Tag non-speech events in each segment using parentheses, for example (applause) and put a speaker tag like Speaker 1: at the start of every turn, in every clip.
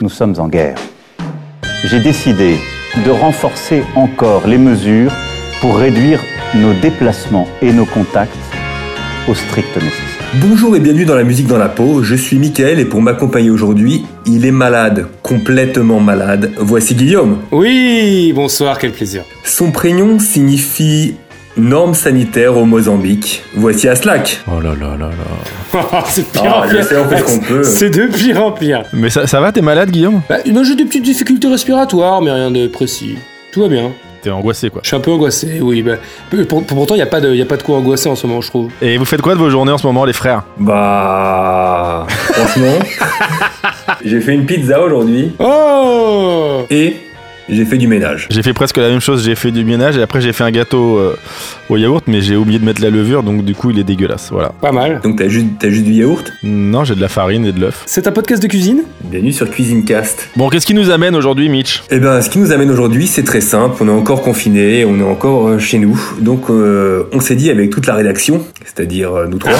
Speaker 1: nous sommes en guerre. J'ai décidé de renforcer encore les mesures pour réduire nos déplacements et nos contacts au strict nécessaire.
Speaker 2: Bonjour et bienvenue dans la musique dans la peau, je suis Mickaël et pour m'accompagner aujourd'hui, il est malade, complètement malade, voici Guillaume.
Speaker 3: Oui, bonsoir, quel plaisir. (laughs)
Speaker 2: Son prénom signifie normes sanitaires au Mozambique, voici Aslak.
Speaker 4: Oh là là là là.
Speaker 3: c'est de pire
Speaker 2: Ah,
Speaker 3: en
Speaker 2: je
Speaker 3: pire.
Speaker 2: sais, on fait ce qu'on peut.
Speaker 3: C'est de pire en pire.
Speaker 4: Mais ça, ça va, t'es malade, Guillaume
Speaker 3: Bah, non, j'ai des petites difficultés respiratoires, mais rien de précis. Tout va bien.
Speaker 4: T'es angoissé, quoi.
Speaker 3: Je suis un peu angoissé, oui. Bah, pour- pour- pourtant, il n'y a, pas de- y a pas de quoi angoisser en ce moment, je trouve.
Speaker 4: Et vous faites quoi de vos journées en ce moment, les frères
Speaker 2: Bah, franchement, j'ai fait une pizza aujourd'hui
Speaker 3: Oh
Speaker 2: et j'ai fait du ménage.
Speaker 4: J'ai fait presque la même chose, j'ai fait du ménage et après j'ai fait un gâteau euh, au yaourt, mais j'ai oublié de mettre la levure, donc du coup il est dégueulasse, voilà.
Speaker 3: Pas mal.
Speaker 2: Donc t'as juste, t'as juste du yaourt
Speaker 4: Non, j'ai de la farine et de l'œuf.
Speaker 3: C'est un podcast de cuisine
Speaker 2: Bienvenue sur Cuisine Cast.
Speaker 4: Bon, qu'est-ce qui nous amène aujourd'hui, Mitch
Speaker 2: Eh ben, ce qui nous amène aujourd'hui, c'est très simple. On est encore confiné, on est encore euh, chez nous. Donc, euh, on s'est dit avec toute la rédaction, c'est-à-dire euh, nous trois,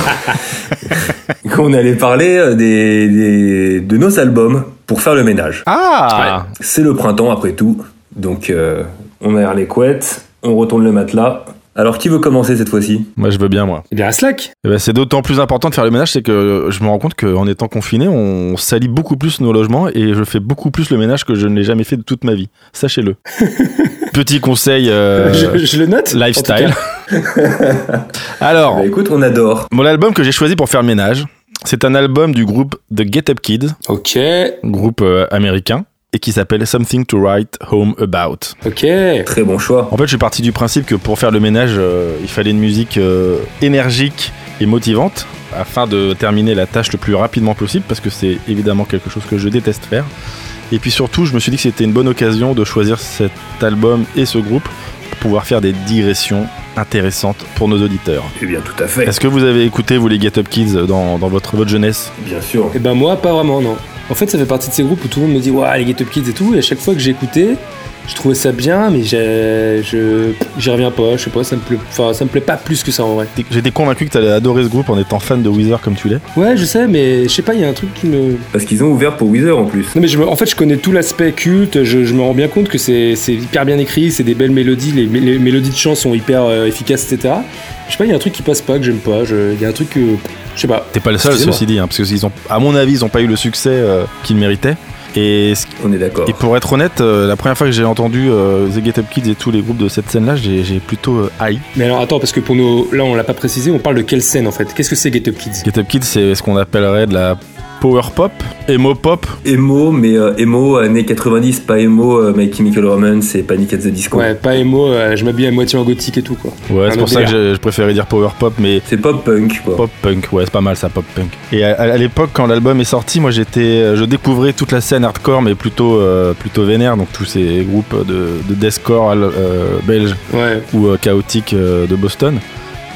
Speaker 2: qu'on allait parler euh, des, des- de nos albums pour faire le ménage.
Speaker 4: Ah
Speaker 2: C'est le printemps après tout, donc euh, on aère les couettes, on retourne le matelas. Alors, qui veut commencer cette fois-ci
Speaker 4: Moi je veux bien, moi.
Speaker 3: Eh bien, à Slack
Speaker 4: Eh ben, c'est d'autant plus important de faire le ménage, c'est que euh, je me rends compte qu'en étant confiné, on salit beaucoup plus nos logements et je fais beaucoup plus le ménage que je ne l'ai jamais fait de toute ma vie.
Speaker 3: (laughs)
Speaker 4: Sachez-le. Petit conseil euh,
Speaker 3: je, je le note. en
Speaker 4: lifestyle.
Speaker 3: tout cas.
Speaker 4: (laughs) Alors,
Speaker 2: Bah, écoute, on adore.
Speaker 4: Mon album que j'ai choisi pour faire le ménage, c'est un album du groupe The Get Up Kids,
Speaker 3: Ok,
Speaker 4: groupe euh, américain, et qui s'appelle Something to Write Home About.
Speaker 3: ok.
Speaker 2: Très bon choix.
Speaker 4: En fait, je suis parti du principe que pour faire le ménage, euh, il fallait une musique euh, énergique et motivante afin de terminer la tâche le plus rapidement possible, parce que c'est évidemment quelque chose que je déteste faire. Et puis surtout, je me suis dit que c'était une bonne occasion de choisir cet album et ce groupe pour pouvoir faire des digressions intéressantes pour nos auditeurs.
Speaker 2: Eh bien, tout à fait.
Speaker 4: Est-ce que vous avez écouté, vous les Get Up Kids, dans, dans votre, votre jeunesse
Speaker 2: Bien sûr.
Speaker 3: Eh ben, moi, pas vraiment, non. En fait, ça fait partie de ces groupes où tout le monde me dit Waouh, les Get Up Kids et tout. Et à chaque fois que j'écoutais, je trouvais ça bien, mais j'ai- je j'y reviens pas. Je sais pas, ça me, plaît, enfin, ça me plaît pas plus que ça en vrai.
Speaker 4: T'es- J'étais convaincu que t'allais adorer ce groupe en étant fan de Weezer comme tu l'es.
Speaker 3: Ouais, je sais, mais je sais pas, il y a un truc qui me.
Speaker 2: Parce qu'ils ont ouvert pour Weezer en plus.
Speaker 3: Non, mais je me- en fait, je connais tout l'aspect culte, je, je me rends bien compte que c'est c'est hyper bien écrit, c'est des belles mélodies, les, mé- les mélodies de chant sont hyper euh, efficaces, etc. Je sais pas, il y a un truc qui passe pas, que j'aime pas, je- il y a un truc que. Je sais pas.
Speaker 4: T'es pas le seul,
Speaker 3: Excusez-moi.
Speaker 4: ceci dit, hein, parce que ils ont, à mon avis, ils ont pas eu le succès euh, qu'ils méritaient. Et, ce-
Speaker 2: On est d'accord.
Speaker 4: et pour être honnête, euh, la première fois que j'ai entendu euh, The Get Up Kids et tous les groupes de cette scène-là, j'ai j'ai plutôt euh, haï.
Speaker 3: Mais alors, attends, parce que pour nous, là, on l'a pas précisé, on parle de quelle scène en fait Qu'est-ce que c'est Get Up Kids
Speaker 4: Get Up Kids, c'est ce qu'on appellerait de la power pop, emo pop.
Speaker 2: Emo, mais euh, emo années 90, pas emo euh, My Chemical Romance et Panic at the Disco.
Speaker 3: Ouais, pas emo, euh, je m'habille à moitié en gothique et tout, quoi.
Speaker 4: Ouais,
Speaker 3: Un
Speaker 4: c'est pour
Speaker 3: autre
Speaker 4: ça que
Speaker 3: délire.
Speaker 4: je, je préférais dire power pop, mais
Speaker 2: C'est pop punk quoi.
Speaker 4: Pop punk, ouais, c'est pas mal ça, pop punk. Et à, à l'époque, quand l'album est sorti, moi j'étais, euh, je découvrais toute la scène hardcore, mais plutôt, euh, plutôt vénère, donc tous ces groupes de, de deathcore al- euh, belges
Speaker 3: Ouais.
Speaker 4: ou euh, chaotiques euh, de Boston.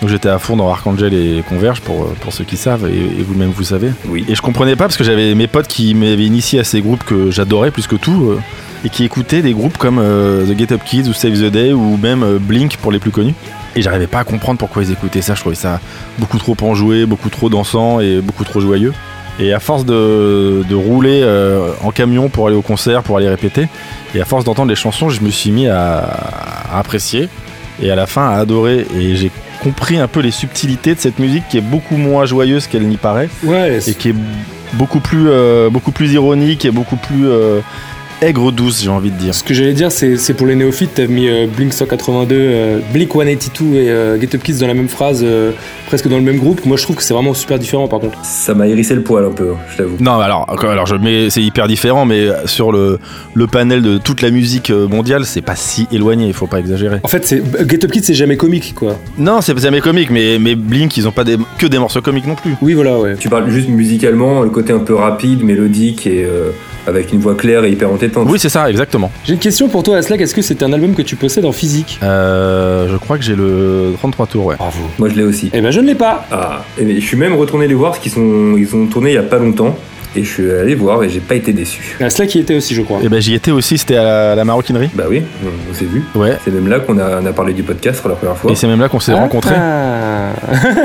Speaker 4: Donc j'étais à fond dans Archangel et Converge pour, euh, pour ceux qui savent, et, et vous-même vous savez.
Speaker 2: Oui.
Speaker 4: Et je comprenais pas parce que j'avais mes potes qui m'avaient initié à ces groupes que j'adorais plus que tout, euh, et qui écoutaient des groupes comme euh, The Get Up Kids ou Save the Day ou même euh, Blink pour les plus connus. Et j'arrivais pas à comprendre pourquoi ils écoutaient ça, je trouvais ça beaucoup trop enjoué, beaucoup trop dansant et beaucoup trop joyeux. Et à force de, de rouler euh, en camion pour aller au concert, pour aller répéter, et à force d'entendre les chansons, je me suis mis à, à apprécier et à la fin à adorer. Et j'ai compris un peu les subtilités de cette musique qui est beaucoup moins joyeuse qu'elle n'y paraît
Speaker 3: Ouais,
Speaker 4: et qui est beaucoup plus, euh, beaucoup plus ironique et beaucoup plus euh, aigre douce, j'ai envie de dire.
Speaker 3: Ce que j'allais dire, c'est c'est pour les néophytes, t'as mis euh, Blink 182, euh, Blink 182 et euh, Get Up Kids dans la même phrase, euh, presque dans le même groupe. Moi, je trouve que c'est vraiment super différent, par contre.
Speaker 2: Ça m'a hérissé le poil un peu, hein, je t'avoue.
Speaker 4: Non, alors, alors je mets, c'est hyper différent, mais sur le, le panel de toute la musique euh, mondiale, c'est pas si éloigné, il faut pas exagérer.
Speaker 3: En fait, c'est Get Up Kids, c'est jamais comique, quoi.
Speaker 4: Non, c'est jamais comique, mais, mais Blink, ils ont pas des- que des morceaux comiques non plus.
Speaker 3: Oui, voilà, ouais.
Speaker 2: Tu parles juste musicalement, le côté un peu rapide, mélodique et euh, avec une voix claire et hyper entêtante.
Speaker 4: Oui, c'est ça, exactement.
Speaker 3: J'ai une question pour toi, Aslak. Est-ce que c'est un album que tu possèdes en physique
Speaker 4: Euh, je crois que j'ai le 33 tours, ouais.
Speaker 3: Bravo.
Speaker 2: Moi je l'ai aussi.
Speaker 3: Eh ben, je ne l'ai pas.
Speaker 2: Ah, et je suis même retourné les voir parce qu'ils sont, ils ont tourné il y a pas longtemps. Et je suis allé voir et j'ai pas été déçu.
Speaker 3: Ah, c'est là qui était aussi, je crois.
Speaker 4: Et ben j'y étais aussi, c'était à la, la maroquinerie.
Speaker 2: Bah oui, on, on s'est vu.
Speaker 4: Ouais.
Speaker 2: C'est même là qu'on a, on a parlé du podcast pour la première fois.
Speaker 4: Et c'est même là qu'on s'est
Speaker 3: Ah,
Speaker 4: rencontrés.
Speaker 3: ah.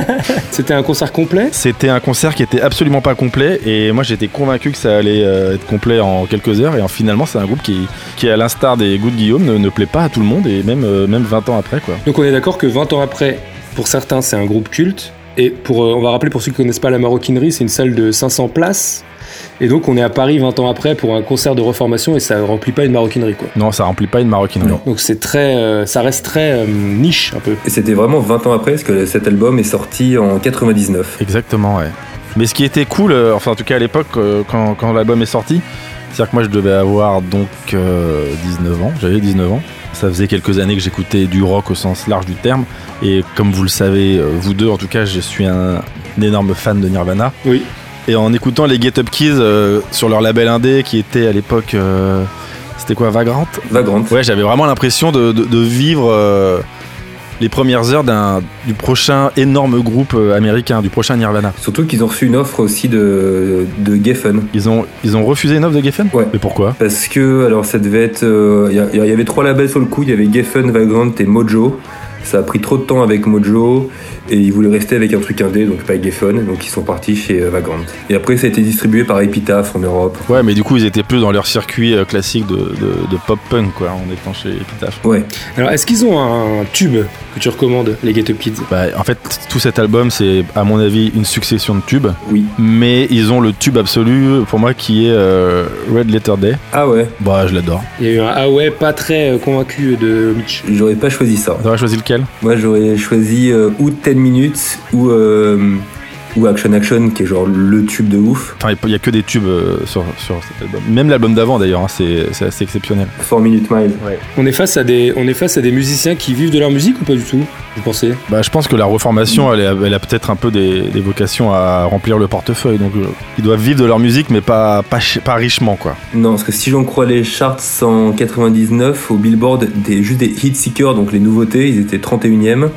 Speaker 3: (laughs) C'était un concert complet
Speaker 4: C'était un concert qui était absolument pas complet et moi j'étais convaincu que ça allait euh, être complet en quelques heures et en- finalement c'est un groupe qui, qui à l'instar des goûts de Guillaume ne, ne plaît pas à tout le monde et même, euh, même 20 ans après quoi.
Speaker 3: Donc on est d'accord que 20 ans après, pour certains, c'est un groupe culte. Et pour, euh, on va rappeler pour ceux qui connaissent pas la maroquinerie, c'est une salle de 500 places. Et donc on est à Paris 20 ans après pour un concert de reformation et ça remplit pas une maroquinerie quoi.
Speaker 4: Non ça remplit pas une maroquinerie.
Speaker 2: Non.
Speaker 3: Donc c'est très, euh, ça reste très euh, niche un peu.
Speaker 2: Et c'était vraiment 20 ans après, parce que cet album est sorti en 99.
Speaker 4: Exactement ouais. Mais ce qui était cool, euh, enfin en tout cas à l'époque euh, quand, quand l'album est sorti, c'est-à-dire que moi je devais avoir donc euh, 19 ans, j'avais 19 ans. Ça faisait quelques années que j'écoutais du rock au sens large du terme et comme vous le savez, euh, vous deux en tout cas, je suis un énorme fan de Nirvana.
Speaker 3: Oui.
Speaker 4: Et en écoutant les Get Up Keys euh, sur leur label indé qui était à l'époque. euh, c'était quoi Vagrant
Speaker 2: Vagrant.
Speaker 4: Ouais, j'avais vraiment l'impression de, de- de vivre euh, les premières heures d'un, du prochain énorme groupe euh, américain, du prochain Nirvana.
Speaker 2: Surtout qu'ils ont reçu une offre aussi de, de Geffen.
Speaker 4: Ils ont, ils ont refusé une offre de Geffen
Speaker 2: Ouais.
Speaker 4: Mais pourquoi
Speaker 2: Parce que, alors ça devait être. euh, Il y, a- il y avait trois labels sur le coup, il y avait Geffen, Vagrant et Mojo. Ça a pris trop de temps avec Mojo et ils voulaient rester avec un truc indé, donc pas Geffen, donc ils sont partis chez euh, Vagrant. Et après, ça a été distribué par Epitaph en Europe.
Speaker 4: Ouais, mais du coup, ils étaient plus dans leur circuit euh, classique de, de- de pop-punk, quoi, en étant chez Epitaph.
Speaker 2: Ouais,
Speaker 3: Alors est-ce qu'ils ont un tube que tu recommandes, les Get Up Kids
Speaker 4: Bah, en fait, tout cet album, c'est, à mon avis, une succession de tubes.
Speaker 2: oui.
Speaker 4: Mais ils ont le tube absolu, pour moi, qui est euh, Red Letter Day.
Speaker 2: Ah ouais,
Speaker 4: Bah, je l'adore.
Speaker 3: Il y a eu un ah ouais pas très euh, convaincu de Mitch.
Speaker 2: j'aurais pas choisi ça.
Speaker 4: T'aurais choisi lequel
Speaker 2: Moi, j'aurais choisi euh, ou 10 Minutes ou, euh, ou Action Action, qui est genre le tube de ouf.
Speaker 4: Enfin, il n'y a que des tubes euh, sur, sur cet album. Même l'album d'avant d'ailleurs, hein, c'est c'est assez exceptionnel.
Speaker 2: 4 Minute Mile.
Speaker 3: On est face à des, on est face à des musiciens qui vivent de leur musique ou pas du tout Vous pensez
Speaker 4: Bah, je pense que la reformation, elle, est- elle a peut-être un peu des, des vocations à remplir le portefeuille. Donc, euh, ils doivent vivre de leur musique, mais pas, pas, chi- pas richement, quoi.
Speaker 2: Non, parce que si j'en crois les charts en 99, au Billboard, des, juste des hit seekers, donc les nouveautés, ils étaient 31e.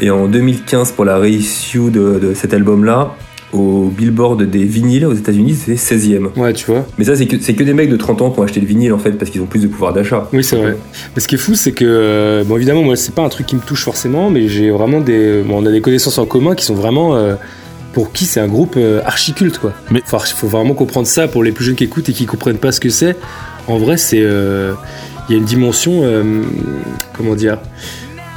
Speaker 2: Et en 2015, pour la réissue de, de cet album-là, au Billboard des vinyles aux États-Unis, c'était 16e.
Speaker 3: Ouais, tu vois.
Speaker 2: Mais ça, c'est que, c'est que des mecs de 30 ans qui ont acheté le vinyle en fait, parce qu'ils ont plus de pouvoir d'achat.
Speaker 3: Oui, c'est vrai. Mais ce qui est fou, c'est que, euh, bon, évidemment, moi, c'est pas un truc qui me touche forcément, mais j'ai vraiment des. Bon, on a des connaissances en commun qui sont vraiment. euh, pour qui c'est un groupe euh, archiculte, quoi.
Speaker 4: Mais-
Speaker 3: Faut, archi- faut vraiment comprendre ça pour les plus jeunes qui écoutent et qui comprennent pas ce que c'est. En vrai, c'est. euh, Il y a une dimension. euh, comment dire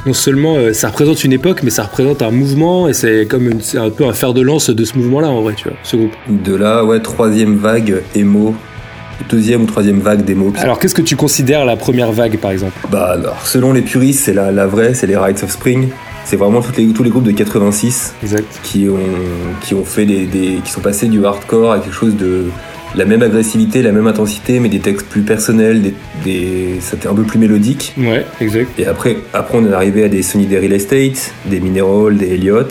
Speaker 3: non seulement euh, ça représente une époque, mais ça représente un mouvement et c'est comme une- c'est un peu un fer de lance de ce mouvement-là en vrai, tu vois, ce groupe.
Speaker 2: De là, ouais, troisième vague, émo. Deuxième ou troisième vague d'émo.
Speaker 3: Alors qu'est-ce que tu considères la première vague par exemple
Speaker 2: Bah alors, selon les puristes, c'est la, la vraie, c'est les Rites of Spring. C'est vraiment toutes les- tous les groupes de 86
Speaker 3: Exact.
Speaker 2: qui ont, qui ont fait des, des- qui sont passés du hardcore à quelque chose de la même agressivité, la même intensité, mais des textes plus personnels, des, des- c'était un peu plus mélodique.
Speaker 3: Ouais, exact.
Speaker 2: Et après, après on est arrivé à des Sony des Real Estate, des Mineral, des Elliot,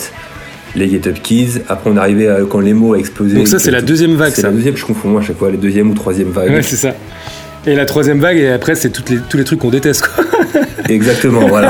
Speaker 2: les Get Up Kids. Après on est arrivé à quand les mots a explosé.
Speaker 3: Donc ça
Speaker 2: Et
Speaker 3: c'est
Speaker 2: que-
Speaker 3: la deuxième vague,
Speaker 2: C'est
Speaker 3: ça.
Speaker 2: la deuxième, je confonds à chaque fois, les deuxième ou troisième vague. (laughs)
Speaker 3: Ouais, c'est ça. Et la troisième vague, et après, c'est toutes les, tous les trucs qu'on déteste, quoi. (laughs)
Speaker 2: Exactement, voilà.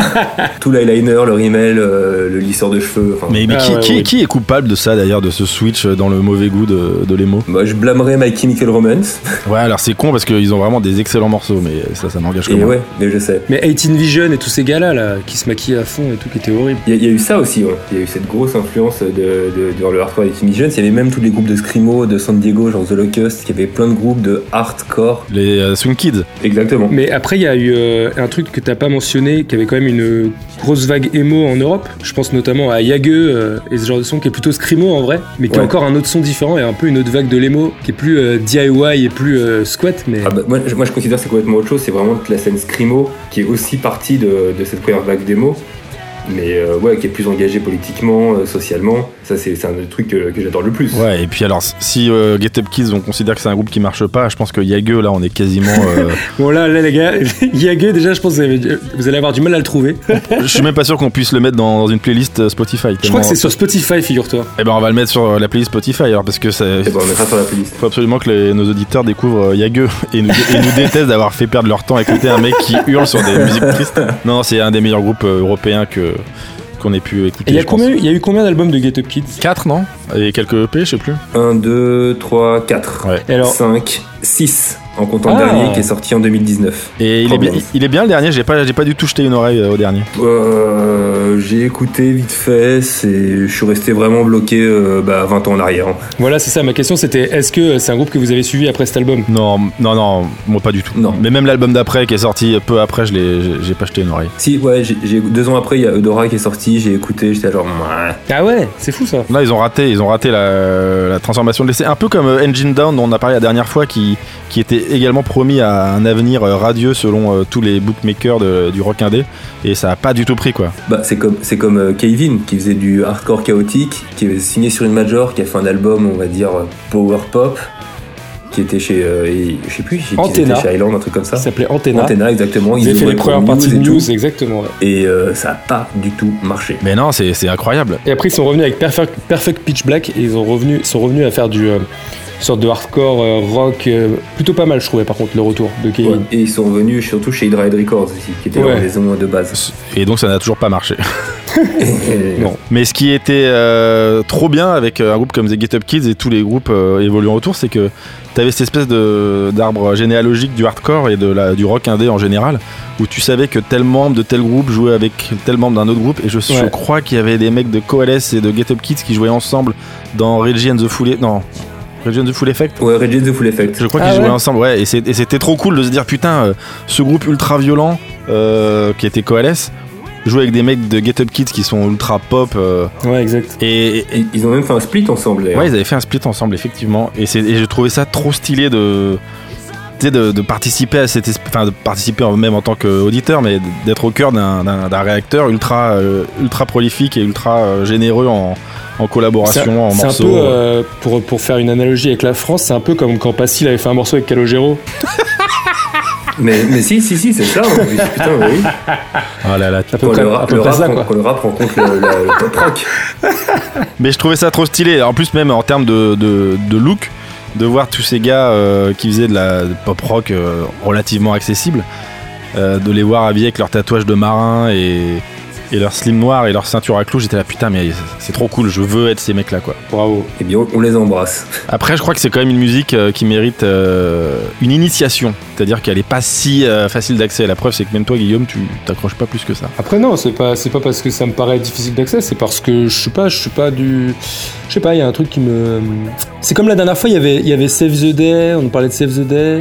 Speaker 2: Tout l'eyeliner, le rimel, euh, le lisseur de cheveux. enfin,
Speaker 4: Mais, mais
Speaker 3: Ah,
Speaker 4: qui,
Speaker 3: ouais,
Speaker 4: qui-
Speaker 3: ouais.
Speaker 4: qui est coupable de ça d'ailleurs, de ce switch dans le mauvais goût de, de l'émo
Speaker 2: Bah, je blâmerais My Chemical Romance.
Speaker 4: Ouais, alors c'est con parce qu'ils ont vraiment des excellents morceaux, mais ça, ça n'engage que
Speaker 2: Et
Speaker 4: moi.
Speaker 2: ouais, mais je sais.
Speaker 3: Mais 18 Vision et tous ces gars-là, là, qui se maquillaient à fond et tout, qui étaient horribles.
Speaker 2: Il y, a- il y a eu ça aussi, ouais. il y a eu cette grosse influence de, de- dans le hardcore des Timmy Jones. Il y avait même tous les groupes de Screamo, de San Diego, genre The Locust, qui avait plein de groupes de hardcore.
Speaker 4: Les euh, Swing Kids.
Speaker 2: Exactement.
Speaker 3: Mais après, il y a eu euh, un truc que t'as pas mentionné, qui avait quand même une grosse vague emo en Europe. Je pense notamment à Yageux euh, et ce genre de son qui est plutôt scrimo en vrai, mais qui a
Speaker 2: Ouais.
Speaker 3: encore un autre son différent et un peu une autre vague de l'emo qui est plus euh, DIY et plus euh, squat, mais.
Speaker 2: Ah bah, moi, je, moi, je considère que c'est complètement autre chose, c'est vraiment toute la scène Screamo, qui est aussi partie de, de cette première vague démo. Mais euh, ouais, qui est plus engagée politiquement, euh, socialement. Ça, c'est c'est un des trucs que, que j'adore le plus.
Speaker 4: Ouais, et puis alors, si euh, Get Up Kids, on considère que c'est un groupe qui marche pas, je pense que Yageux, là, on est quasiment. euh, (laughs)
Speaker 3: Bon, là, là, les gars, (laughs) Yageux, déjà, je pense que vous avez- vous allez avoir du mal à le trouver.
Speaker 4: je suis même pas sûr qu'on puisse le mettre dans, dans une playlist euh, Spotify.
Speaker 3: Je crois que c'est sur Spotify, figure-toi.
Speaker 4: Eh ben, on va le mettre sur euh, la playlist Spotify alors, parce que ça.
Speaker 2: Et bah, on mettra sur la playlist.
Speaker 4: Faut absolument que les- nos auditeurs découvrent euh, Yageux et nous, et nous détestent d'avoir fait perdre leur temps à écouter un mec qui hurle sur des musiques tristes. Non, non, c'est un des meilleurs groupes euh, européens que qu'on ait pu écouter.
Speaker 3: Et il y, a
Speaker 4: je pense.
Speaker 3: combien- il y a eu combien d'albums de Get Up Kids
Speaker 4: 4 non Et quelques EP, je sais plus.
Speaker 2: 1, 2, 3, 4,
Speaker 4: Ouais.
Speaker 3: Et alors,
Speaker 2: 5, 6 en comptant
Speaker 3: Ah.
Speaker 2: le dernier qui est sorti en 2019.
Speaker 4: Et il est, bien,
Speaker 2: Combien
Speaker 4: il est bien le dernier, j'ai pas, j'ai pas du tout jeté une oreille euh, au dernier.
Speaker 2: Euh, J'ai écouté vite fait, c'est- je suis resté vraiment bloqué euh, bah, 20 ans en arrière. hein.
Speaker 3: voilà, c'est ça. Ma question, c'était est-ce que euh, c'est un groupe que vous avez suivi après cet album
Speaker 4: Non, non, non, moi pas du tout.
Speaker 2: Non.
Speaker 4: Mais même l'album d'après qui est sorti peu après, je l'ai, j'ai- j'ai pas jeté une oreille.
Speaker 2: Si, ouais, j'ai- j'ai- deux ans après, il y a Eudora qui est sorti, j'ai écouté, j'étais genre. Mouah.
Speaker 3: Ah ouais, c'est fou ça.
Speaker 4: Là, ils ont raté, ils ont raté la, la transformation de l'essai. Un peu comme euh, Engine Down dont on a parlé la dernière fois, qui, qui était également promis à un avenir euh, radieux selon euh, tous les bookmakers de- du rock indé, et ça a pas du tout pris quoi.
Speaker 2: Bah, c'est comme, c'est comme euh, Kevin qui faisait du hardcore chaotique, qui avait signé sur une major, qui a fait un album, on va dire, euh, power pop, qui était chez. euh, et- je sais plus, chez, qui
Speaker 3: Antenna.
Speaker 2: c'était chez Island, un truc comme ça.
Speaker 3: Ça s'appelait Antenna.
Speaker 2: Antenna, exactement.
Speaker 3: Ils avaient fait
Speaker 2: jouaient
Speaker 3: les
Speaker 2: pour
Speaker 3: premières parties de
Speaker 2: et tout,
Speaker 3: news, exactement. ouais.
Speaker 2: Et euh, ça a pas du tout marché.
Speaker 4: Mais non, c'est c'est incroyable.
Speaker 3: Et après, ils sont revenus avec Perfect, Perfect Pitch Black et ils ont revenu, sont revenus à faire du euh, sorte de hardcore euh, rock euh, plutôt pas mal, je trouvais. Par contre, le retour de Kevin.
Speaker 2: Ouais. Et ils sont venus surtout chez Hydra Head Records aussi, qui était
Speaker 3: Ouais.
Speaker 2: leur maison de base.
Speaker 4: Et donc ça n'a toujours pas marché.
Speaker 2: Et-
Speaker 3: Non.
Speaker 4: Mais ce qui était euh, trop bien avec euh, un groupe comme The Get Up Kids et tous les groupes euh, évoluant autour, c'est que t'avais cette espèce de- d'arbre généalogique du hardcore et de la, du rock indé en général, où tu savais que tel membre de tel groupe jouait avec tel membre d'un autre groupe. Et je, je
Speaker 3: Ouais.
Speaker 4: crois qu'il y avait des mecs de Coalesce et de Get Up Kids qui jouaient ensemble dans Reggie and the Full E- Non, Reggie and the Full Effect.
Speaker 2: Ouais, Reggie the Full Effect.
Speaker 4: Je crois
Speaker 3: Ah
Speaker 4: qu'ils jouaient
Speaker 3: ouais
Speaker 4: ensemble, ouais, et c'est- et c'était trop cool de se dire putain, euh, ce groupe ultra violent euh, qui était Coalesce jouait avec des mecs de Get Up Kids qui sont ultra pop euh,
Speaker 3: Ouais, exact.
Speaker 4: et, et-
Speaker 2: Et Ils ont même fait un split ensemble. d'ailleurs.
Speaker 4: Ouais, ils avaient fait un split ensemble, effectivement. Et, c'est- et j'ai trouvé ça trop stylé de, tu sais, de, de participer à cette. esp- Enfin, de participer en- même en tant qu'auditeur, mais d'être au cœur d'un- d'un d'un réacteur ultra, euh, ultra prolifique et ultra euh, généreux en, en
Speaker 3: C'est
Speaker 4: collaboration, en
Speaker 3: c'est un
Speaker 4: morceaux.
Speaker 3: peu, euh, pour, pour faire une analogie avec la France, c'est un peu comme quand Passil avait fait un morceau avec Calogero.
Speaker 2: Mais, mais si, si, si, c'est ça. hein. Putain,
Speaker 3: (laughs)
Speaker 2: oui.
Speaker 4: Oh là là.
Speaker 3: C'est à peu
Speaker 2: Quand
Speaker 3: près,
Speaker 2: le,
Speaker 3: à
Speaker 2: rap,
Speaker 3: peu
Speaker 2: le
Speaker 3: près
Speaker 2: rap
Speaker 3: ça,
Speaker 2: rend-
Speaker 3: quoi.
Speaker 2: quand le rap rencontre le, le- le pop rock.
Speaker 4: Mais je trouvais ça trop stylé. En plus, même en termes de, de- de look, de voir tous ces gars euh, qui faisaient de la pop rock euh, relativement accessible, euh, de les voir habillés avec leurs tatouages de marin et, et leur slim noir et leur ceinture à clous, j'étais là putain, mais c'est trop cool, je veux être ces mecs là quoi.
Speaker 3: Bravo.
Speaker 2: Eh bien, on les embrasse.
Speaker 4: Après, je crois que c'est quand même une musique euh, qui mérite euh, une initiation, c'est-à-dire qu'elle est pas si euh, facile d'accès. La preuve, c'est que même toi, Guillaume, tu t'accroches pas plus que ça.
Speaker 3: Après non, c'est pas c'est pas parce que ça me paraît difficile d'accès, c'est parce que je sais pas, je suis pas du je sais pas, il y a un truc qui me C'est comme la dernière fois, il y avait il y avait Save the Day, on parlait de Save the Day.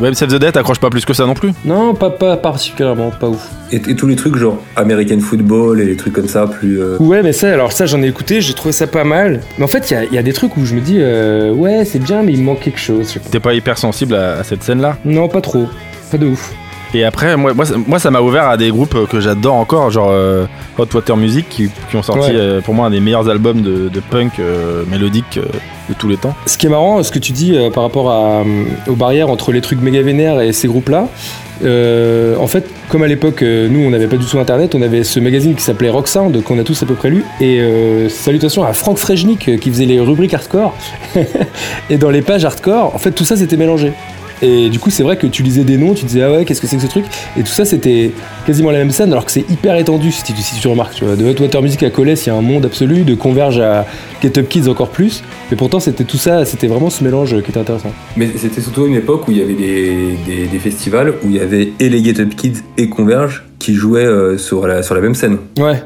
Speaker 4: Même Save the Dead, t'accroches pas plus que ça non plus.
Speaker 3: Non, pas pas particulièrement, pas ouf.
Speaker 2: Et, et tous les trucs genre American football et les trucs comme ça, plus. euh,
Speaker 3: Ouais, mais ça alors ça j'en ai écouté, j'ai trouvé ça pas mal. Mais en fait, il y a, il y a des trucs où je me dis euh, ouais, c'est bien mais il me manque quelque chose. je sais pas.
Speaker 4: T'es pas hyper sensible à- à cette scène là.
Speaker 3: Non, pas trop. Pas de ouf.
Speaker 4: Et après, moi, moi, ça- moi, ça m'a ouvert à des groupes que j'adore encore, genre euh, Hot Water Music, qui, qui ont sorti
Speaker 3: Ouais.
Speaker 4: euh, pour moi un des meilleurs albums de, de punk euh, mélodique euh, de tous les temps.
Speaker 3: Ce qui est marrant, ce que tu dis euh, par rapport à, euh, aux barrières entre les trucs méga vénères et ces groupes-là, euh, en fait, comme à l'époque, euh, nous, on n'avait pas du tout Internet, on avait ce magazine qui s'appelait Rock Sound, qu'on a tous à peu près lu, et euh, salutations à Franck Frejnik, euh, qui faisait les rubriques hardcore, (laughs) et dans les pages hardcore, en fait, tout ça, c'était mélangé. Et du coup, c'est vrai que tu lisais des noms, tu disais, ah ouais, qu'est-ce que c'est que ce truc Et tout ça, c'était quasiment la même scène, alors que c'est hyper étendu, si tu, si tu remarques. Tu vois. De Hot Water Music à Colès, il y a un monde absolu, de Converge à Get Up Kids encore plus. Mais pourtant, c'était tout ça, c'était vraiment ce mélange qui était intéressant.
Speaker 2: Mais c'était surtout une époque où il y avait des, des- des festivals où il y avait et les Get Up Kids et Converge qui jouaient euh, sur, la, sur la même scène.
Speaker 3: Ouais.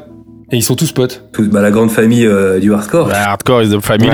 Speaker 3: Et ils sont tous potes.
Speaker 2: Tous- bah, la grande famille euh, du hardcore.
Speaker 4: Bah, hardcore is the family.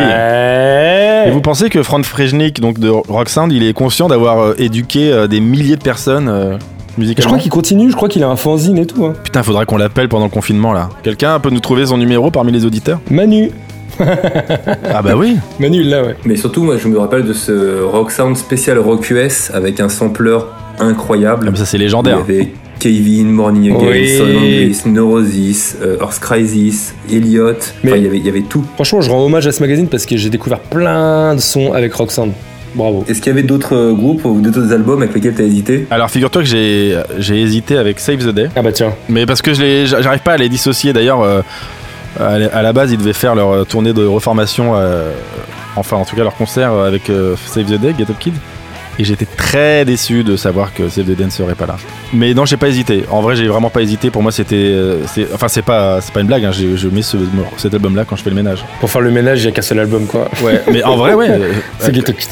Speaker 4: Et vous pensez que Franz Frejnik, donc de Rock Sound, il est conscient d'avoir euh, éduqué euh, des milliers de personnes
Speaker 3: Je
Speaker 4: euh,
Speaker 3: crois
Speaker 4: musicalement
Speaker 3: qu'il continue, je crois qu'il a un fanzine et tout. hein.
Speaker 4: Putain, faudra qu'on l'appelle pendant le confinement là. Quelqu'un peut nous trouver son numéro parmi les auditeurs
Speaker 3: Manu.
Speaker 4: Ah bah oui.
Speaker 3: Manu, il l'a, ouais.
Speaker 2: Mais surtout, moi, je me rappelle de ce rock sound spécial rock US avec un sampler
Speaker 4: Ah,
Speaker 2: incroyable.
Speaker 4: mais ça c'est
Speaker 2: Il y
Speaker 4: légendaire.
Speaker 2: avait Kevin, Morning Again,
Speaker 3: Oui.
Speaker 2: Somnambulist, Neurosis, euh, Earth Crisis, Elliot.
Speaker 3: Mais-
Speaker 2: Enfin, il y avait- il y avait tout.
Speaker 3: Franchement, je rends hommage à ce magazine parce que j'ai découvert plein de sons avec Rock Sound. Bravo.
Speaker 2: Est-ce qu'il y avait d'autres euh, groupes ou d'autres albums avec lesquels t'as hésité
Speaker 4: Alors figure-toi que j'ai j'ai hésité avec Save the Day.
Speaker 3: Ah bah tiens.
Speaker 4: Mais parce que je les- j'a- j'arrive pas à les dissocier. D'ailleurs, euh, à la- à la base, ils devaient faire leur euh, tournée de reformation, euh, enfin en tout cas leur concert euh, avec euh, Save the Day, Get Up Kid. Et j'étais très déçu de savoir que Save the Dance serait pas là. Mais non, j'ai pas hésité. En vrai, j'ai vraiment pas hésité. Pour moi, c'était. euh, c'est- Enfin, c'est pas, c'est pas une blague. hein. Je, je mets ce- cet album-là quand je fais le ménage.
Speaker 3: Pour faire le ménage, il n'y a qu'un seul album, quoi.
Speaker 4: Ouais, (laughs) mais en vrai, ouais. euh,
Speaker 3: C'est
Speaker 4: ouais,
Speaker 3: Ghetto Kid.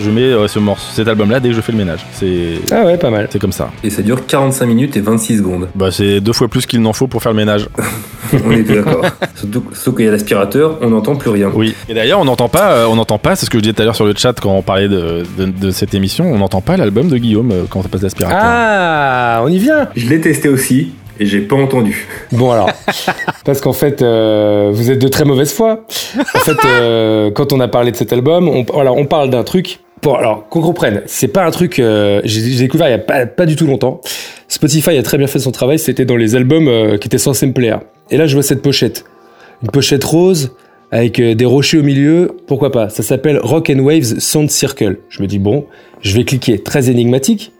Speaker 4: Je mets euh, ce morceau, cet album-là dès que je fais le ménage. C'est.
Speaker 3: Ah ouais, pas mal.
Speaker 4: C'est comme ça.
Speaker 2: Et ça dure 45 minutes et 26 secondes.
Speaker 4: Bah, c'est deux fois plus qu'il n'en faut pour faire le ménage.
Speaker 2: On était (laughs) d'accord. Surtout, sauf qu'il y a l'aspirateur, on n'entend plus rien.
Speaker 4: Oui. Et d'ailleurs, on n'entend pas, euh, on n'entend pas, c'est ce que je disais tout à l'heure sur le chat quand on parlait de, de- de cette émission, on n'entend pas l'album de Guillaume euh, quand on passe l'aspirateur.
Speaker 3: Ah, on y vient
Speaker 2: Je l'ai testé aussi et j'ai pas entendu.
Speaker 3: Bon alors, parce qu'en fait, euh, vous êtes de très mauvaise foi. En fait, euh, quand on a parlé de cet album, on, voilà, on parle d'un truc. Bon alors, qu'on comprenne, c'est pas un truc. euh, J'ai j'ai découvert il y a pas, pas du tout longtemps. Spotify a très bien fait son travail. C'était dans les albums euh, qui étaient censés me plaire. Et là, je vois cette pochette, une pochette rose avec euh, des rochers au milieu. Pourquoi pas Ça s'appelle Rock and Waves Sound Circle. Je me dis bon, je vais cliquer. Très énigmatique.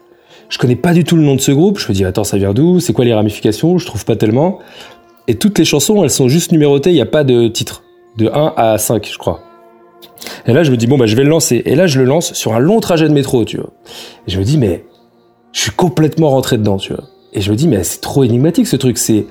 Speaker 3: Je connais pas du tout le nom de ce groupe. Je me dis attends, ça vient d'où C'est quoi les ramifications Je trouve pas tellement. Et toutes les chansons, elles sont juste numérotées, il n'y a pas de titre. De 1 à 5, je crois. Et là, je me dis, bon, bah, je vais le lancer. Et là, je le lance sur un long trajet de métro, tu vois. Et je me dis, mais je suis complètement rentré dedans, tu vois. Et je me dis, mais c'est trop énigmatique ce truc. C'est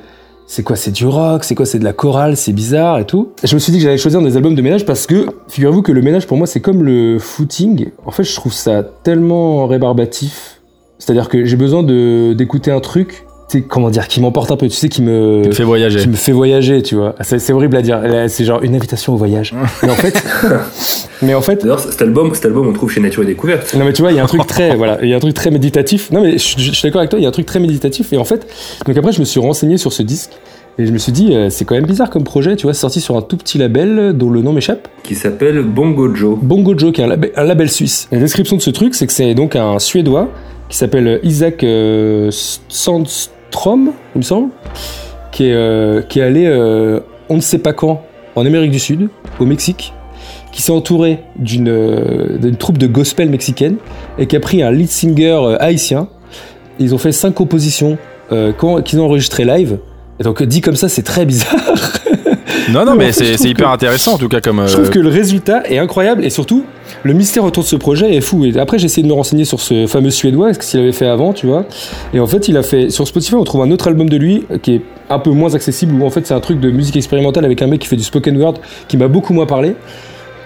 Speaker 3: c'est quoi C'est du rock C'est quoi C'est de la chorale C'est bizarre et tout. Et je me suis dit que j'allais choisir des albums de ménage parce que, figurez-vous que le ménage pour moi, c'est comme le footing. En fait, je trouve ça tellement rébarbatif. C'est-à-dire que j'ai besoin de- d'écouter un truc, tu sais, comment dire, qui m'emporte un peu, tu sais, qui me
Speaker 4: Il te fait voyager.
Speaker 3: qui me fait voyager, tu vois. C'est c'est horrible à dire. Là, C'est genre une invitation au voyage. mais en fait, mais en fait,
Speaker 2: D'ailleurs, cet album, cet album, on le trouve chez Nature et Découverte.
Speaker 3: non mais tu vois, il y a un truc très, voilà, il y a un truc très méditatif. Non mais je, suis- je suis d'accord avec toi, il y a un truc très méditatif. Et en fait, donc après, je me suis renseigné sur ce disque et je me suis dit, euh, c'est quand même bizarre comme projet, tu vois, sorti sur un tout petit label euh, dont le nom m'échappe.
Speaker 2: Qui s'appelle Bongo Joe.
Speaker 3: Bongo Joe, qui est un label, un label suisse. La description de ce truc, c'est que c'est donc un Suédois qui s'appelle Isaac euh, Sandstrom, il me semble, qui est, euh, qui est allé euh, on ne sait pas quand en Amérique du Sud, au Mexique, qui s'est entouré d'une euh, d'une troupe de gospel mexicaine et qui a pris un lead singer euh, haïtien. Ils ont fait cinq compositions euh, qu'en- qu'ils ont enregistrées live. Et donc euh, dit comme ça, c'est très bizarre.
Speaker 4: Non,
Speaker 3: Mais
Speaker 4: non,
Speaker 3: en fait, je
Speaker 4: mais c'est
Speaker 3: trouve
Speaker 4: c'est hyper
Speaker 3: que-
Speaker 4: intéressant en tout cas comme.
Speaker 3: Je
Speaker 4: euh,
Speaker 3: trouve que le résultat est incroyable et surtout, le mystère autour de ce projet est fou. Et après, j'ai essayé de me renseigner sur ce fameux Suédois, ce qu'il avait fait avant, tu vois. Et en fait, il a fait. Sur Spotify, on trouve un autre album de lui euh, qui est un peu moins accessible, où en fait, c'est un truc de musique expérimentale avec un mec qui fait du spoken word qui m'a beaucoup moins parlé.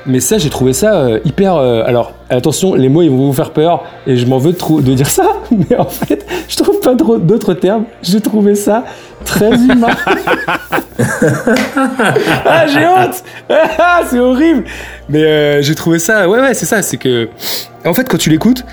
Speaker 3: Mais ça, j'ai trouvé ça euh, hyper. euh, alors, attention, les mots, ils vont vous faire peur, et je m'en veux de, trou- de dire ça, (laughs) mais en fait, je trouve pas d'au- d'autres termes. J'ai trouvé ça très
Speaker 4: (laughs)
Speaker 3: humain. ah, j'ai honte Ah, C'est horrible Mais euh, j'ai trouvé ça. Ouais, ouais, c'est ça, c'est que. En fait, quand tu l'écoutes,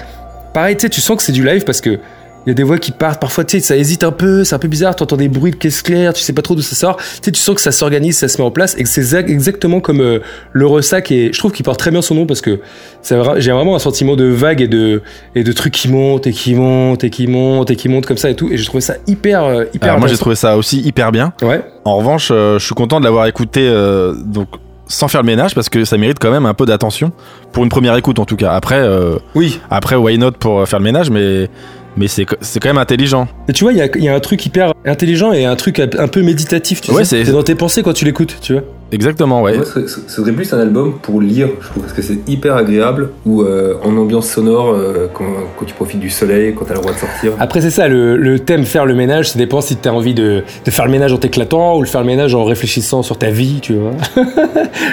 Speaker 3: pareil, tu sais, tu sens que c'est du live parce que. Il y a des voix qui partent, parfois tu sais, ça hésite un peu, c'est un peu bizarre, tu entends des bruits de caisse claire, tu sais pas trop d'où ça sort, tu sais, tu sens que ça s'organise, ça se met en place, et que c'est zac- exactement comme euh, le ressac, et je trouve qu'il porte très bien son nom parce que ça vra- j'ai vraiment un sentiment de vague et de, et de trucs qui montent, et qui montent, et qui montent, et qui montent comme ça et tout, et j'ai trouvé ça hyper, euh, hyper.
Speaker 4: alors moi j'ai
Speaker 3: intéressant.
Speaker 4: trouvé ça aussi hyper bien.
Speaker 3: Ouais.
Speaker 4: En revanche, euh, je suis content de l'avoir écouté euh, donc sans faire le ménage parce que ça mérite quand même un peu d'attention pour une première écoute en tout cas. Après, euh,
Speaker 3: Oui.
Speaker 4: après why not pour euh, faire le ménage, mais mais c'est co- c'est quand même intelligent.
Speaker 3: Mais tu vois, il y a, il y a un truc hyper intelligent et un truc un un peu méditatif, tu
Speaker 4: Ouais,
Speaker 3: sais.
Speaker 4: c'est-
Speaker 3: T'es dans tes pensées quand tu l'écoutes, tu vois.
Speaker 4: Exactement, ouais.
Speaker 2: Moi, ce, ce- ce serait plus un album pour lire, je trouve, parce que c'est hyper agréable, ou euh, en ambiance sonore, euh, quand, quand tu profites du soleil, quand t'as le droit de sortir.
Speaker 3: Après, c'est ça, le, le thème faire le ménage, ça dépend si t'as envie de, de faire le ménage en t'éclatant ou le faire le ménage en réfléchissant sur ta vie, tu vois. (laughs)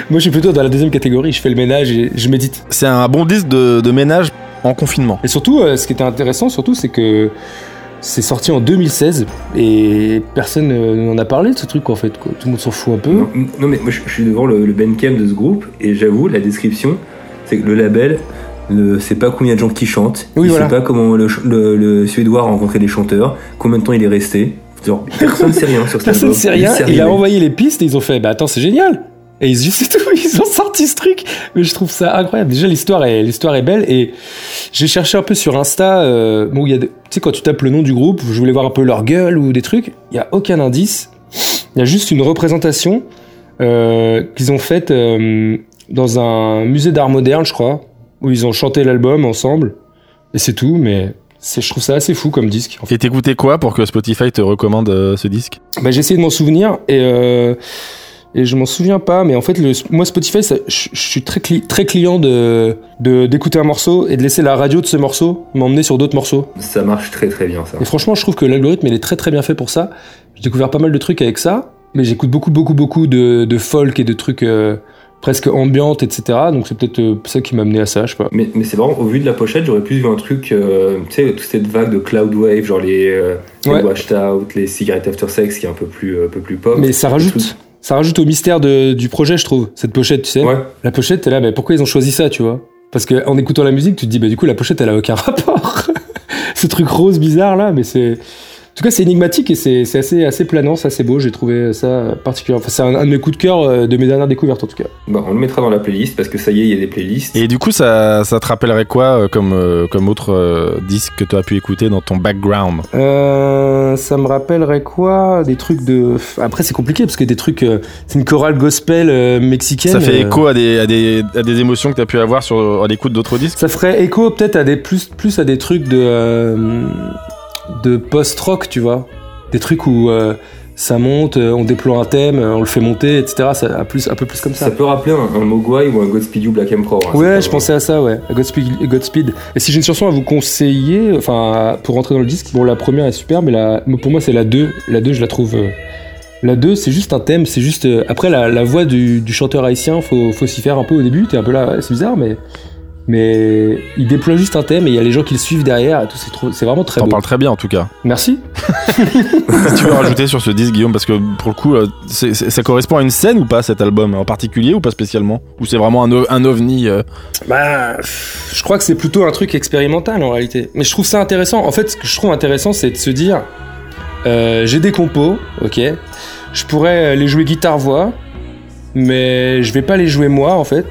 Speaker 3: Moi, je suis plutôt dans la deuxième catégorie, je fais le ménage et je médite.
Speaker 4: C'est un bon disque de, de ménage en confinement.
Speaker 3: Et surtout, euh, ce qui était intéressant, surtout, c'est que c'est sorti en 2016 et personne euh, n'en a parlé de ce truc, en fait. Quoi. Tout le monde s'en fout un peu.
Speaker 2: Non, non, mais moi, je, je suis devant le, le Bandcamp de ce groupe, et j'avoue, la description, c'est que le label ne sait pas combien de gens qui chantent,
Speaker 3: Oui,
Speaker 2: il
Speaker 3: voilà.
Speaker 2: sait pas comment le, ch- le- le Suédois a rencontré les chanteurs, combien de temps il est resté. Genre, personne sait rien sur cet
Speaker 3: Personne
Speaker 2: album.
Speaker 3: ne sait rien.
Speaker 2: sait
Speaker 3: Il a
Speaker 2: rien.
Speaker 3: envoyé les pistes et ils ont fait Bah attends, c'est génial Et ils, c'est tout, (laughs) ils ont sorti ce truc. Mais je trouve ça incroyable. Déjà, l'histoire est, l'histoire est belle. Et j'ai cherché un peu sur Insta. euh, bon, il y a des- tu sais, quand tu tapes le nom du groupe, je voulais voir un peu leur gueule ou des trucs. Il n'y a aucun indice. Il y a juste une représentation euh, qu'ils ont faite euh, dans un musée d'art moderne, je crois, où ils ont chanté l'album ensemble. Et c'est tout, mais. c'est- Je trouve ça assez fou comme disque.
Speaker 4: Et t'écoutais quoi pour que Spotify te recommande euh, ce disque
Speaker 3: Bah, j'ai essayé de m'en souvenir et euh, Et je m'en souviens pas, mais en fait, le, moi, Spotify, ça- je je suis très, cli- très client de de- d'écouter un morceau et de laisser la radio de ce morceau m'emmener sur d'autres morceaux.
Speaker 2: Ça marche très très bien ça.
Speaker 3: Et franchement, je trouve que l'algorithme, il est très très bien fait pour ça. J'ai découvert pas mal de trucs avec ça, mais j'écoute beaucoup, beaucoup, beaucoup de, de folk et de trucs euh, presque ambiantes, etc. Donc c'est peut-être euh, ça qui m'a amené à ça, je sais pas.
Speaker 2: Mais, mais c'est marrant, au vu de la pochette, j'aurais plus vu un truc, euh, tu sais, toute cette vague de cloud wave, genre les, euh, les
Speaker 3: Ouais.
Speaker 2: washed out, les cigarettes after sex, qui est un peu plus, euh, un peu plus pop.
Speaker 3: Mais ça
Speaker 2: Le truc-
Speaker 3: rajoute, ça rajoute au mystère de- du projet, je trouve, cette pochette, tu sais.
Speaker 2: Ouais.
Speaker 3: La pochette, t'es là, mais pourquoi ils ont choisi ça, tu vois Parce que en écoutant la musique, tu te dis, bah du coup, la pochette, elle a aucun (laughs) rapport. Ce truc rose bizarre là, mais c'est. En tout cas, c'est énigmatique et c'est c'est assez, assez planant, c'est assez beau. J'ai trouvé ça particulier. Enfin, c'est un, un de mes coups de cœur euh, de mes dernières découvertes, en tout cas.
Speaker 2: Bon, Bah, on le mettra dans la playlist parce que ça y est, il y a des playlists.
Speaker 4: Et du coup, ça, ça te rappellerait quoi euh, comme, euh, comme autre euh, disque que tu as pu écouter dans ton background
Speaker 3: Euh, ça me rappellerait quoi Des trucs de. Après, c'est compliqué parce que des trucs. euh, c'est une chorale gospel euh, mexicaine.
Speaker 4: Ça fait
Speaker 3: euh,
Speaker 4: écho à des, à des, à des émotions que tu as pu avoir sur, à l'écoute d'autres disques
Speaker 3: Ça ferait écho peut-être à des plus, plus à des trucs de. euh, de post-rock, tu vois. Des trucs où euh, ça monte, euh, on déploie un thème, euh, on le fait monter, etc. Ça, un, plus, un peu plus comme ça.
Speaker 2: Ça peut rappeler un, un Mogwai ou un Godspeed You Black Emperor. hein, c'est
Speaker 3: Ouais,
Speaker 2: pas-
Speaker 3: je pensais à ça, ouais. À Godspeed, à Godspeed. Et si j'ai une chanson à vous conseiller, enfin, à- pour rentrer dans le disque, bon, la première est super, mais la, moi, pour moi, c'est la 2. La 2, je la trouve. euh, la 2, c'est juste un thème, c'est juste. euh, après, la, la voix du, du chanteur haïtien, faut, faut s'y faire un peu au début, t'es un peu là, ouais, c'est bizarre, mais. Mais il déploie juste un thème et il y a les gens qui le suivent derrière et tout, c'est trop- c'est vraiment très
Speaker 4: T'en
Speaker 3: beau.
Speaker 4: parles très bien en tout cas.
Speaker 3: Merci.
Speaker 4: Si tu veux rajouter sur ce disque, Guillaume, parce que pour le coup, euh, c'est- c'est- ça correspond à une scène ou pas cet album en particulier ou pas spécialement Ou c'est vraiment un, o- un ovni euh,
Speaker 3: Bah, je crois que c'est plutôt un truc expérimental en réalité. Mais je trouve ça intéressant. En fait, ce que je trouve intéressant, c'est de se dire euh, j'ai des compos, ok. Je pourrais euh, les jouer guitare-voix, mais je vais pas les jouer moi en fait.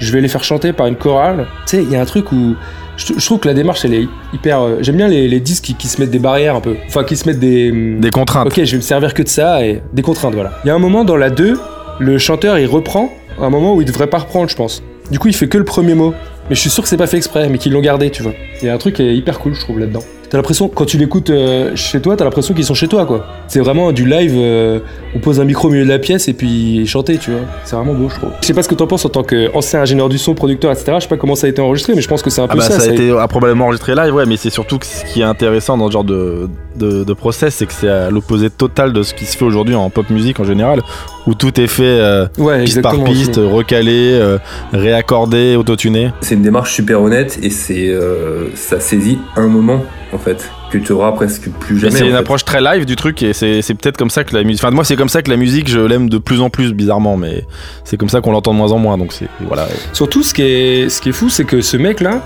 Speaker 3: Je vais les faire chanter par une chorale. Tu sais, il y a un truc où. Je, je trouve que la démarche, elle est hyper. euh, J'aime bien les, les disques qui, qui se mettent des barrières un peu. Enfin, qui se mettent des.
Speaker 4: Des contraintes.
Speaker 3: Ok, je vais me servir que de ça et des contraintes, voilà. Il y a un moment dans la 2, le chanteur il reprend, un moment où il devrait pas reprendre, je pense. Du coup, il fait que le premier mot. Mais je suis sûr que c'est pas fait exprès, mais qu'ils l'ont gardé, tu vois. Il y a un truc qui est hyper cool, je trouve, là-dedans. T'as l'impression, quand tu l'écoutes euh, chez toi, t'as l'impression qu'ils sont chez toi, quoi. C'est vraiment du live, euh, on pose un micro au milieu de la pièce et puis chanter, tu vois. C'est vraiment beau, je trouve. Je sais pas ce que t'en penses en tant qu'ancien ingénieur du son, producteur, etc. Je sais pas comment ça a été enregistré, mais je pense que c'est un peu
Speaker 4: Ah bah
Speaker 3: ça.
Speaker 4: ça, a
Speaker 3: c'est-
Speaker 4: été ah, probablement enregistré live, ouais, mais c'est surtout que ce qui est intéressant dans ce genre de, de, de process, c'est que c'est à l'opposé total de ce qui se fait aujourd'hui en pop musique en général, où tout est fait euh,
Speaker 3: Ouais,
Speaker 4: piste par
Speaker 3: exactement.
Speaker 4: piste, recalé, euh, réaccordé, autotuné.
Speaker 2: C'est une démarche super honnête et c'est euh, ça saisit un moment en fait que tu auras presque plus
Speaker 4: Mais
Speaker 2: jamais.
Speaker 4: C'est
Speaker 2: en
Speaker 4: une
Speaker 2: fait.
Speaker 4: approche très live du truc et c'est c'est peut-être comme ça que la musique. Enfin, moi, c'est comme ça que la musique, je l'aime de plus en plus, bizarrement, mais c'est comme ça qu'on l'entend de moins en moins. Donc, c'est. Voilà.
Speaker 3: Surtout, ce qui est, ce qui est fou, c'est que ce mec-là,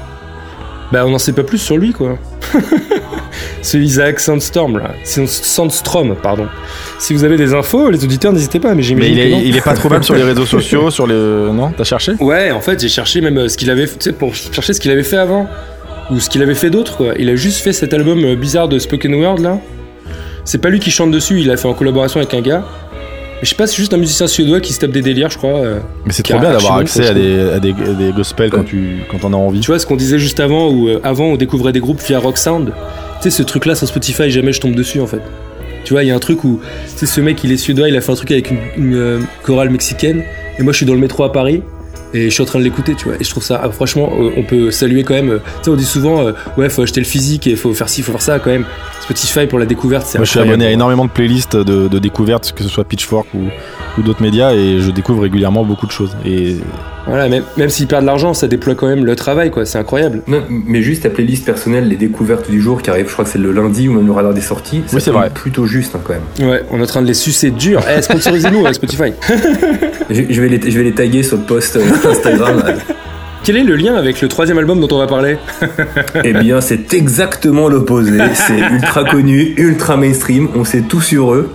Speaker 3: bah, on n'en sait pas plus sur lui, quoi. (laughs) ce Isaac Sandstorm, là. C'est- Sandstrom, pardon. Si vous avez des infos, les auditeurs, n'hésitez pas, mais
Speaker 4: Mais
Speaker 3: j'imagine
Speaker 4: il
Speaker 3: que non.
Speaker 4: est, il est pas trouvable sur les réseaux sociaux, sur les. Non T'as cherché
Speaker 3: Ouais, en fait, j'ai cherché même euh, ce qu'il avait, tu sais, pour chercher ce qu'il avait fait avant ou ce qu'il avait fait d'autre. quoi. Il a juste fait cet album euh, bizarre de Spoken Word là. C'est pas lui qui chante dessus, il l'a fait en collaboration avec un gars. Mais je sais pas, c'est juste un musicien suédois qui se tape des délires, je crois. euh.
Speaker 4: Mais c'est
Speaker 3: Qui
Speaker 4: trop
Speaker 3: a
Speaker 4: bien d'avoir
Speaker 3: archi
Speaker 4: accès
Speaker 3: bon
Speaker 4: à des, à des, à des gospels quand
Speaker 2: Ouais.
Speaker 4: tu quand t'en as envie.
Speaker 3: Tu vois ce qu'on disait juste avant où euh, avant on découvrait des groupes via Rock Sound. Tu sais ce truc là sur Spotify jamais je tombe dessus en fait. Tu vois il y a un truc où tu sais ce mec il est suédois il a fait un truc avec une, une, euh, chorale mexicaine et moi je suis dans le métro à Paris et je suis en train de l'écouter tu vois et je trouve ça ah, franchement euh, on peut saluer quand même euh, tu sais on dit souvent euh, ouais faut acheter le physique et faut faire ci faut faire ça quand même Spotify pour la découverte c'est
Speaker 4: Moi, je suis
Speaker 3: incroyable.
Speaker 4: abonné à énormément de playlists de, de découvertes, que ce soit Pitchfork ou, ou d'autres médias, et je découvre régulièrement beaucoup de choses. Et
Speaker 3: voilà même même s'ils perdent de l'argent ça déploie quand même le travail quoi c'est incroyable
Speaker 2: Non, mais juste ta playlist personnelle, les découvertes du jour qui arrivent, je crois que c'est le lundi ou même le radar des sorties. ça
Speaker 4: Oui, c'est
Speaker 2: tombe
Speaker 4: vrai.
Speaker 2: Plutôt juste hein, quand même.
Speaker 3: ouais on est en train de les sucer dur Eh, sponsorisez-nous avec (laughs) Spotify
Speaker 2: Je, je vais les je vais les taguer sur le post euh, (laughs)
Speaker 3: (laughs)
Speaker 2: Instagram.
Speaker 3: quel est le lien avec le troisième album dont on va parler
Speaker 2: eh bien, c'est exactement l'opposé. C'est ultra connu, ultra mainstream. On sait tout sur eux.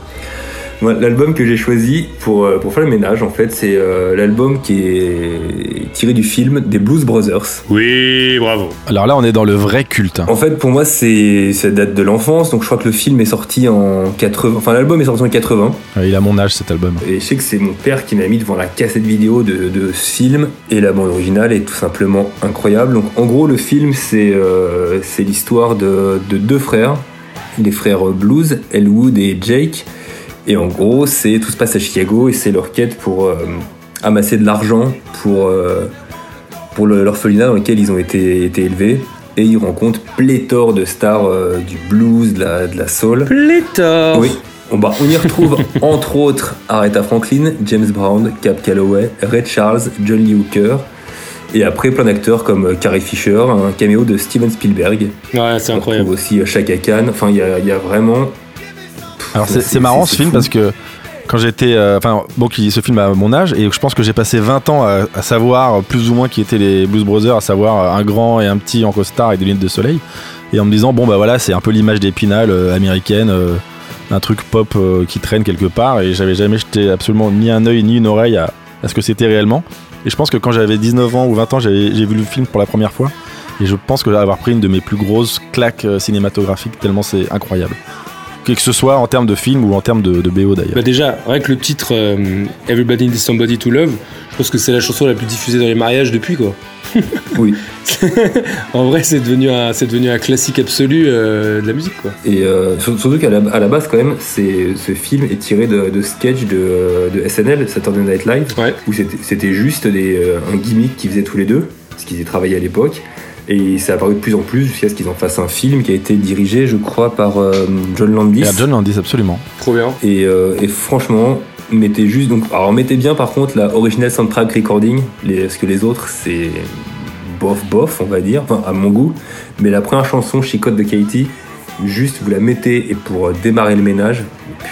Speaker 2: Moi, L'album que j'ai choisi pour, euh, pour faire le ménage, en fait, c'est euh, l'album qui est tiré du film des Blues Brothers.
Speaker 5: Oui, bravo.
Speaker 4: alors là, on est dans le vrai culte. hein.
Speaker 2: En fait, pour moi, c'est ça date de l'enfance. Donc, je crois que le film est sorti en 80. Enfin, l'album est sorti en 80.
Speaker 4: Ouais, Il a mon âge cet album.
Speaker 2: Et je sais que c'est mon père qui m'a mis devant la cassette vidéo de, de ce film. Et la bande originale est tout simplement incroyable. Donc en gros, le film, c'est euh, c'est l'histoire de, de deux frères, les frères Blues, Elwood et Jake, Et en gros, c'est tout se passe à Chicago et c'est leur quête pour euh, amasser de l'argent pour, euh, pour le- l'orphelinat dans lequel ils ont été, été élevés. Et ils rencontrent pléthore de stars euh, du blues, de la, de la soul.
Speaker 5: Pléthore
Speaker 2: Oui. On, bah, on y
Speaker 3: (laughs)
Speaker 2: retrouve entre autres Aretha Franklin, James Brown, Cap Calloway, Red Charles, John Lee Hooker. Et après, plein d'acteurs comme euh, Carrie Fisher, un caméo de Steven Spielberg.
Speaker 3: Ouais, c'est
Speaker 2: On
Speaker 3: incroyable.
Speaker 2: retrouve aussi euh, Chaka Khan. Enfin, il y a, il y a vraiment.
Speaker 4: Alors c'est-
Speaker 2: C'est-
Speaker 4: c'est marrant
Speaker 2: c'est-
Speaker 4: ce
Speaker 2: c'est
Speaker 4: film
Speaker 2: fou.
Speaker 4: parce que quand j'étais, euh, enfin bon, qui ce film à mon âge et je pense que j'ai passé 20 ans à, à savoir euh, plus ou moins qui étaient les Blues Brothers, à savoir euh, un grand et un petit en costard et des lunettes de soleil, et en me disant bon bah voilà c'est un peu l'image des Pinal euh, américaine, euh, un truc pop euh, qui traîne quelque part et j'avais jamais jeté absolument ni un œil ni une oreille à, à ce que c'était réellement. Et je pense que quand j'avais 19 ans ou 20 ans, j'avais- j'ai vu le film pour la première fois. Et je pense que j'ai avoir pris une de mes plus grosses claques euh, cinématographiques, tellement c'est incroyable. Que que ce soit en termes de film ou en termes de, de BO d'ailleurs.
Speaker 3: Bah déjà, rien que le titre euh, Everybody Needs Somebody to Love, je pense que c'est la chanson la plus diffusée dans les mariages depuis quoi. (laughs)
Speaker 2: Oui.
Speaker 3: en vrai, c'est devenu un, c'est devenu un classique absolu euh, de la musique quoi.
Speaker 2: Et euh, sur- surtout qu'à la, à la base, quand même, c'est- ce film est tiré de, de sketch de, de SNL, Saturday Night Live,
Speaker 3: Ouais.
Speaker 2: où c'était c'était juste des, euh, un gimmick qu'ils faisaient tous les deux, parce qu'ils y travaillaient à l'époque. Et ça a apparu de plus en plus jusqu'à ce qu'ils en fassent un film qui a été dirigé, je crois, par euh, John Landis.
Speaker 4: Et à John Landis, absolument.
Speaker 3: Trop bien.
Speaker 2: Et, euh, et franchement, mettez juste. Donc, alors, mettez bien par contre la original soundtrack recording, les, parce que les autres, c'est bof bof, on va dire, enfin, à mon goût. Mais la première chanson, Chicote de Katie, juste vous la mettez et pour euh, démarrer le ménage,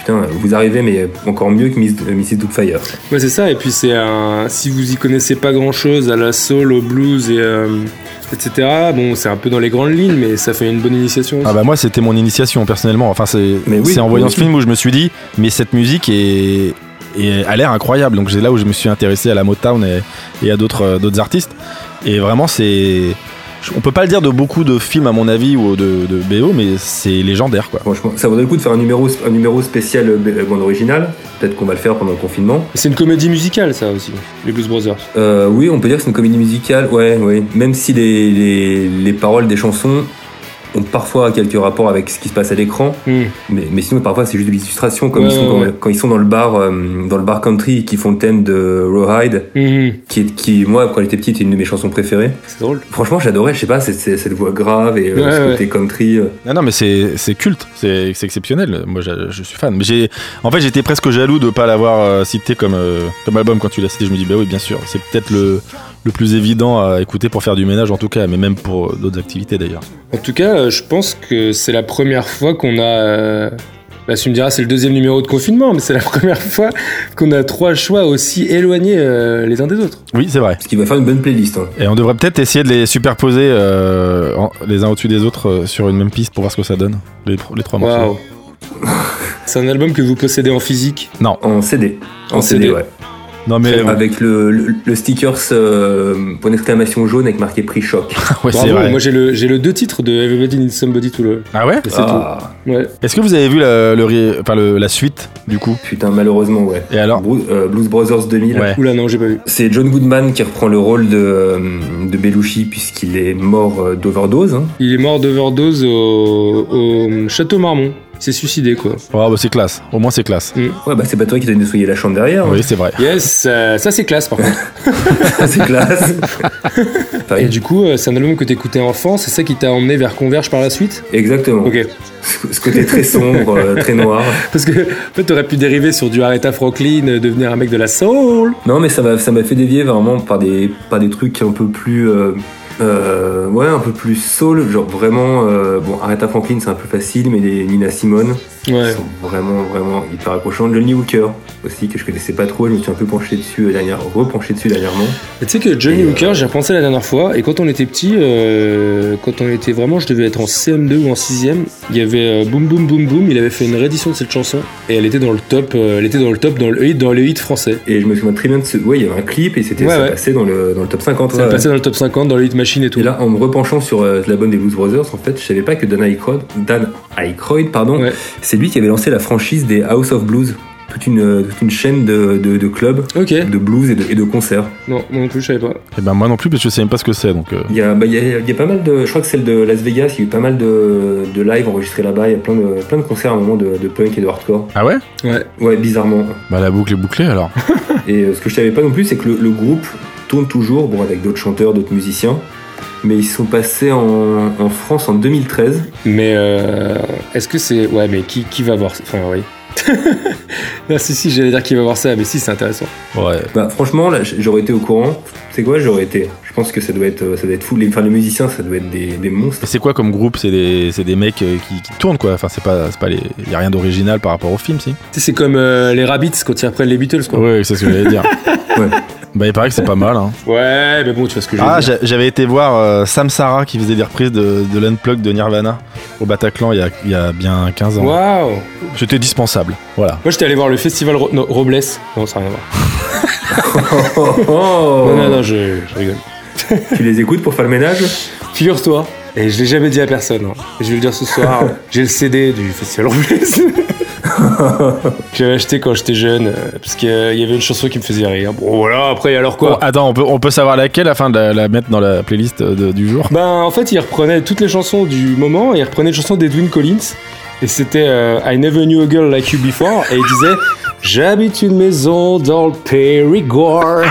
Speaker 2: putain, vous arrivez, mais encore mieux que Miss, euh, Mrs. Doubtfire.
Speaker 3: Ouais, c'est ça. Et puis c'est un, si vous y connaissez pas grand chose à la soul, au blues et euh, etc. Bon, c'est un peu dans les grandes lignes, mais ça fait une bonne initiation. aussi.
Speaker 4: Ah bah moi c'était mon initiation personnellement. Enfin c'est
Speaker 2: Mais oui,
Speaker 4: c'est en voyant
Speaker 2: oui.
Speaker 4: ce film où je me suis dit mais cette musique est, est- a l'air incroyable. Donc c'est là où je me suis intéressé à la Motown et, et à d'autres euh, d'autres artistes. Et vraiment c'est on peut pas le dire de beaucoup de films à mon avis ou de, de BO mais c'est légendaire quoi.
Speaker 2: Franchement, ça vaudrait le coup de faire un numéro, un numéro spécial euh, b- euh, bande originale. Peut-être qu'on va le faire pendant le confinement.
Speaker 3: C'est une comédie musicale ça aussi. Les Blues Brothers.
Speaker 2: Euh, oui, on peut dire que c'est une comédie musicale, ouais, ouais. Même si les, les- les paroles des chansons ont parfois quelques rapports avec ce qui se passe à l'écran,
Speaker 3: Hmm.
Speaker 2: mais, mais sinon parfois c'est juste de l'illustration, comme
Speaker 3: Ouais,
Speaker 2: ils sont,
Speaker 3: ouais,
Speaker 2: quand, quand ils sont dans le bar, euh, dans le bar country et qu'ils font le thème de Rawhide,
Speaker 3: Hmm.
Speaker 2: qui, est- qui moi quand j'étais petit était une de mes chansons préférées.
Speaker 3: C'est drôle.
Speaker 2: Franchement, j'adorais, je sais pas, c'est- c'est- cette voix grave et euh,
Speaker 3: Ouais,
Speaker 2: ce
Speaker 3: ouais.
Speaker 2: côté country. euh.
Speaker 4: Non, non, mais c'est c'est culte, c'est c'est exceptionnel. Moi, je, je suis fan. Mais j'ai, en fait, j'étais presque jaloux de pas l'avoir euh, cité comme euh, comme album quand tu l'as cité. Je me dis, bah oui, bien sûr, c'est peut-être le le plus évident à écouter pour faire du ménage, en tout cas, mais même pour euh, d'autres activités d'ailleurs.
Speaker 3: En tout cas, euh, je pense que c'est la première fois qu'on a. euh, Bah, tu me diras, c'est le deuxième numéro de confinement, mais c'est la (laughs) première fois qu'on a trois choix aussi éloignés euh, les uns des autres.
Speaker 4: Oui, c'est vrai.
Speaker 2: Ce qui va faire une bonne playlist. hein.
Speaker 4: Et on devrait peut-être essayer de les superposer euh, en- les uns au-dessus des autres euh, sur une même piste pour voir ce que ça donne. Les, tro- les trois morceaux.
Speaker 3: Waouh! C'est un album que vous possédez en physique.
Speaker 2: En CD.
Speaker 3: En CD.
Speaker 2: ouais.
Speaker 4: Non mais euh, ouais,
Speaker 2: Avec le, le, le stickers euh, point d'exclamation jaune avec marqué prix choc.
Speaker 4: ouais, c'est
Speaker 3: Bravo.
Speaker 4: vrai.
Speaker 3: Moi j'ai le j'ai le deux titres de Everybody Needs Somebody to Love.
Speaker 4: Ah ouais.
Speaker 3: Et c'est
Speaker 2: Ah,
Speaker 3: tout. Ouais.
Speaker 4: Est-ce que vous avez vu la, le, ré- enfin, le- la suite du coup
Speaker 2: putain, malheureusement, ouais.
Speaker 4: Et alors
Speaker 2: Bru- euh, Blues Brothers 2000.
Speaker 4: Ouais.
Speaker 3: Oula non j'ai pas vu.
Speaker 2: C'est John Goodman qui reprend le rôle de, euh, de Belushi puisqu'il est mort euh, d'overdose. hein.
Speaker 3: Il est mort d'overdose au, au Château Marmont. Il s'est suicidé quoi.
Speaker 4: Oh, bah, c'est classe. Au moins c'est classe.
Speaker 2: Ouais, bah c'est pas toi qui t'as dessouillé la chambre derrière.
Speaker 4: Oui, c'est vrai.
Speaker 3: Yes, euh, ça c'est classe par contre.
Speaker 2: hein. (laughs) c'est classe.
Speaker 4: Ah
Speaker 2: Enfin,
Speaker 3: Et du coup euh, c'est un album que t'écoutais enfant, c'est ça qui t'a emmené vers Converge par la suite
Speaker 2: Exactement.
Speaker 3: Ok.
Speaker 2: Ce ce côté très sombre, euh, très noir.
Speaker 3: Parce que en fait, t'aurais pu dériver sur du Aretha Franklin, euh, devenir un mec de la soul.
Speaker 2: Non, mais ça m'a ça m'a fait dévier vraiment par des, par des trucs un peu plus. euh, euh, ouais, un peu plus soul. Genre vraiment. euh, bon, Aretha Franklin, c'est un peu facile, mais les Nina Simone.
Speaker 3: Ouais.
Speaker 2: sont vraiment vraiment hyper accrochants. Johnny Hooker aussi que je connaissais pas trop, je me suis un peu penché dessus euh, dernière, repenché dessus dernièrement.
Speaker 3: Tu sais que Johnny
Speaker 2: Et, euh,
Speaker 3: Hooker, j'ai repensé la dernière fois, et quand on était petit, euh, quand on était vraiment, je devais être en CM2 ou en 6ème, il y avait euh, Boom Boom Boom Boom, il avait fait une réédition de cette chanson, et elle était dans le top, euh, elle était dans le top, dans le hit, dans les hits français.
Speaker 2: Et je me souviens très bien de ce, ouais, il y avait un clip et c'était
Speaker 3: Ouais,
Speaker 2: ça
Speaker 3: ouais.
Speaker 2: passait dans le dans le top 50.
Speaker 3: Ça
Speaker 2: ouais.
Speaker 3: passait dans le top 50, dans le hit machine et tout.
Speaker 2: Et là, en me repenchant sur euh, l'album des Blues Brothers, en fait, je savais pas que Dan Aykroyd, Dan Aykroyd, pardon,
Speaker 3: Ouais.
Speaker 2: c'est lui qui avait lancé la franchise des House of Blues. toute une, euh, toute une chaîne de, de, de clubs,
Speaker 3: Ok.
Speaker 2: de blues et de, et de concerts.
Speaker 3: Non, moi non plus, je savais pas.
Speaker 4: Et ben moi non plus parce que je sais même pas ce que c'est donc. euh,
Speaker 2: Il y, a, bah, il, y a, il y a pas mal de. Je crois que celle de Las Vegas, il y a eu pas mal de, de lives enregistrés là-bas. Il y a plein de, plein de concerts à un moment de, de punk et de hardcore.
Speaker 4: Ah ouais
Speaker 3: Ouais.
Speaker 2: Ouais, bizarrement.
Speaker 4: Bah la boucle est bouclée alors.
Speaker 2: Et euh, ce que je savais pas non plus, c'est que le, le groupe tourne toujours, bon, avec d'autres chanteurs, d'autres musiciens. Mais ils sont passés en, en France en 2013.
Speaker 3: Mais euh, est-ce que c'est. Ouais, mais qui, qui va voir ça Enfin, oui. (laughs) non, si, si, j'allais dire qui va voir ça, mais si, c'est intéressant.
Speaker 4: (laughs) Ouais.
Speaker 2: Bah, franchement, là, j- j'aurais été au courant. C'est quoi J'aurais été. Je pense que ça doit être, euh, ça doit être fou. Les, enfin, les musiciens, ça doit être des, des monstres.
Speaker 4: Et c'est quoi comme groupe C'est des, c'est des mecs euh, qui, qui tournent quoi. Enfin c'est pas, c'est pas les, y a rien d'original par rapport au film si.
Speaker 3: Tu sais, c'est comme euh, les Rabbits quand ils reprennent les Beatles, quoi. Ouais,
Speaker 4: Ouais c'est ce que j'allais (laughs) dire.
Speaker 2: Ouais.
Speaker 4: Bah il paraît que c'est pas mal hein.
Speaker 3: mais bon, tu vois ce que je veux
Speaker 4: Ah,
Speaker 3: dire.
Speaker 4: j'a- j'avais été voir euh, Sam Sarah qui faisait des reprises de, de l'unplug de Nirvana au Bataclan il y a, il y a bien 15 ans.
Speaker 3: Waouh Moi,
Speaker 4: J'étais dispensable. Voilà.
Speaker 3: j'étais allé voir le festival Ro- non, Robles. Non, ça n'a rien à voir.
Speaker 2: Oh, (laughs) oh.
Speaker 3: Non, non, non, je, je rigole.
Speaker 2: Tu les écoutes pour faire le ménage
Speaker 3: Figure-toi, et je l'ai jamais dit à personne, hein. et je vais le dire ce soir, j'ai le CD du Festival Robles. J'avais acheté quand j'étais jeune, euh, parce qu'il y avait une chanson qui me faisait rire. Bon voilà, après alors quoi
Speaker 4: Bon, Oh, attends, on peut, on peut savoir laquelle afin de la, la mettre dans la playlist euh, de- du (laughs) jour
Speaker 3: Ben en fait, il reprenait toutes les chansons du moment, et il reprenait une chanson d'Edwin Collins, et c'était euh, I Never Knew a Girl Like You Before, et il disait J'habite une maison dans le
Speaker 4: (laughs)
Speaker 3: Périgord.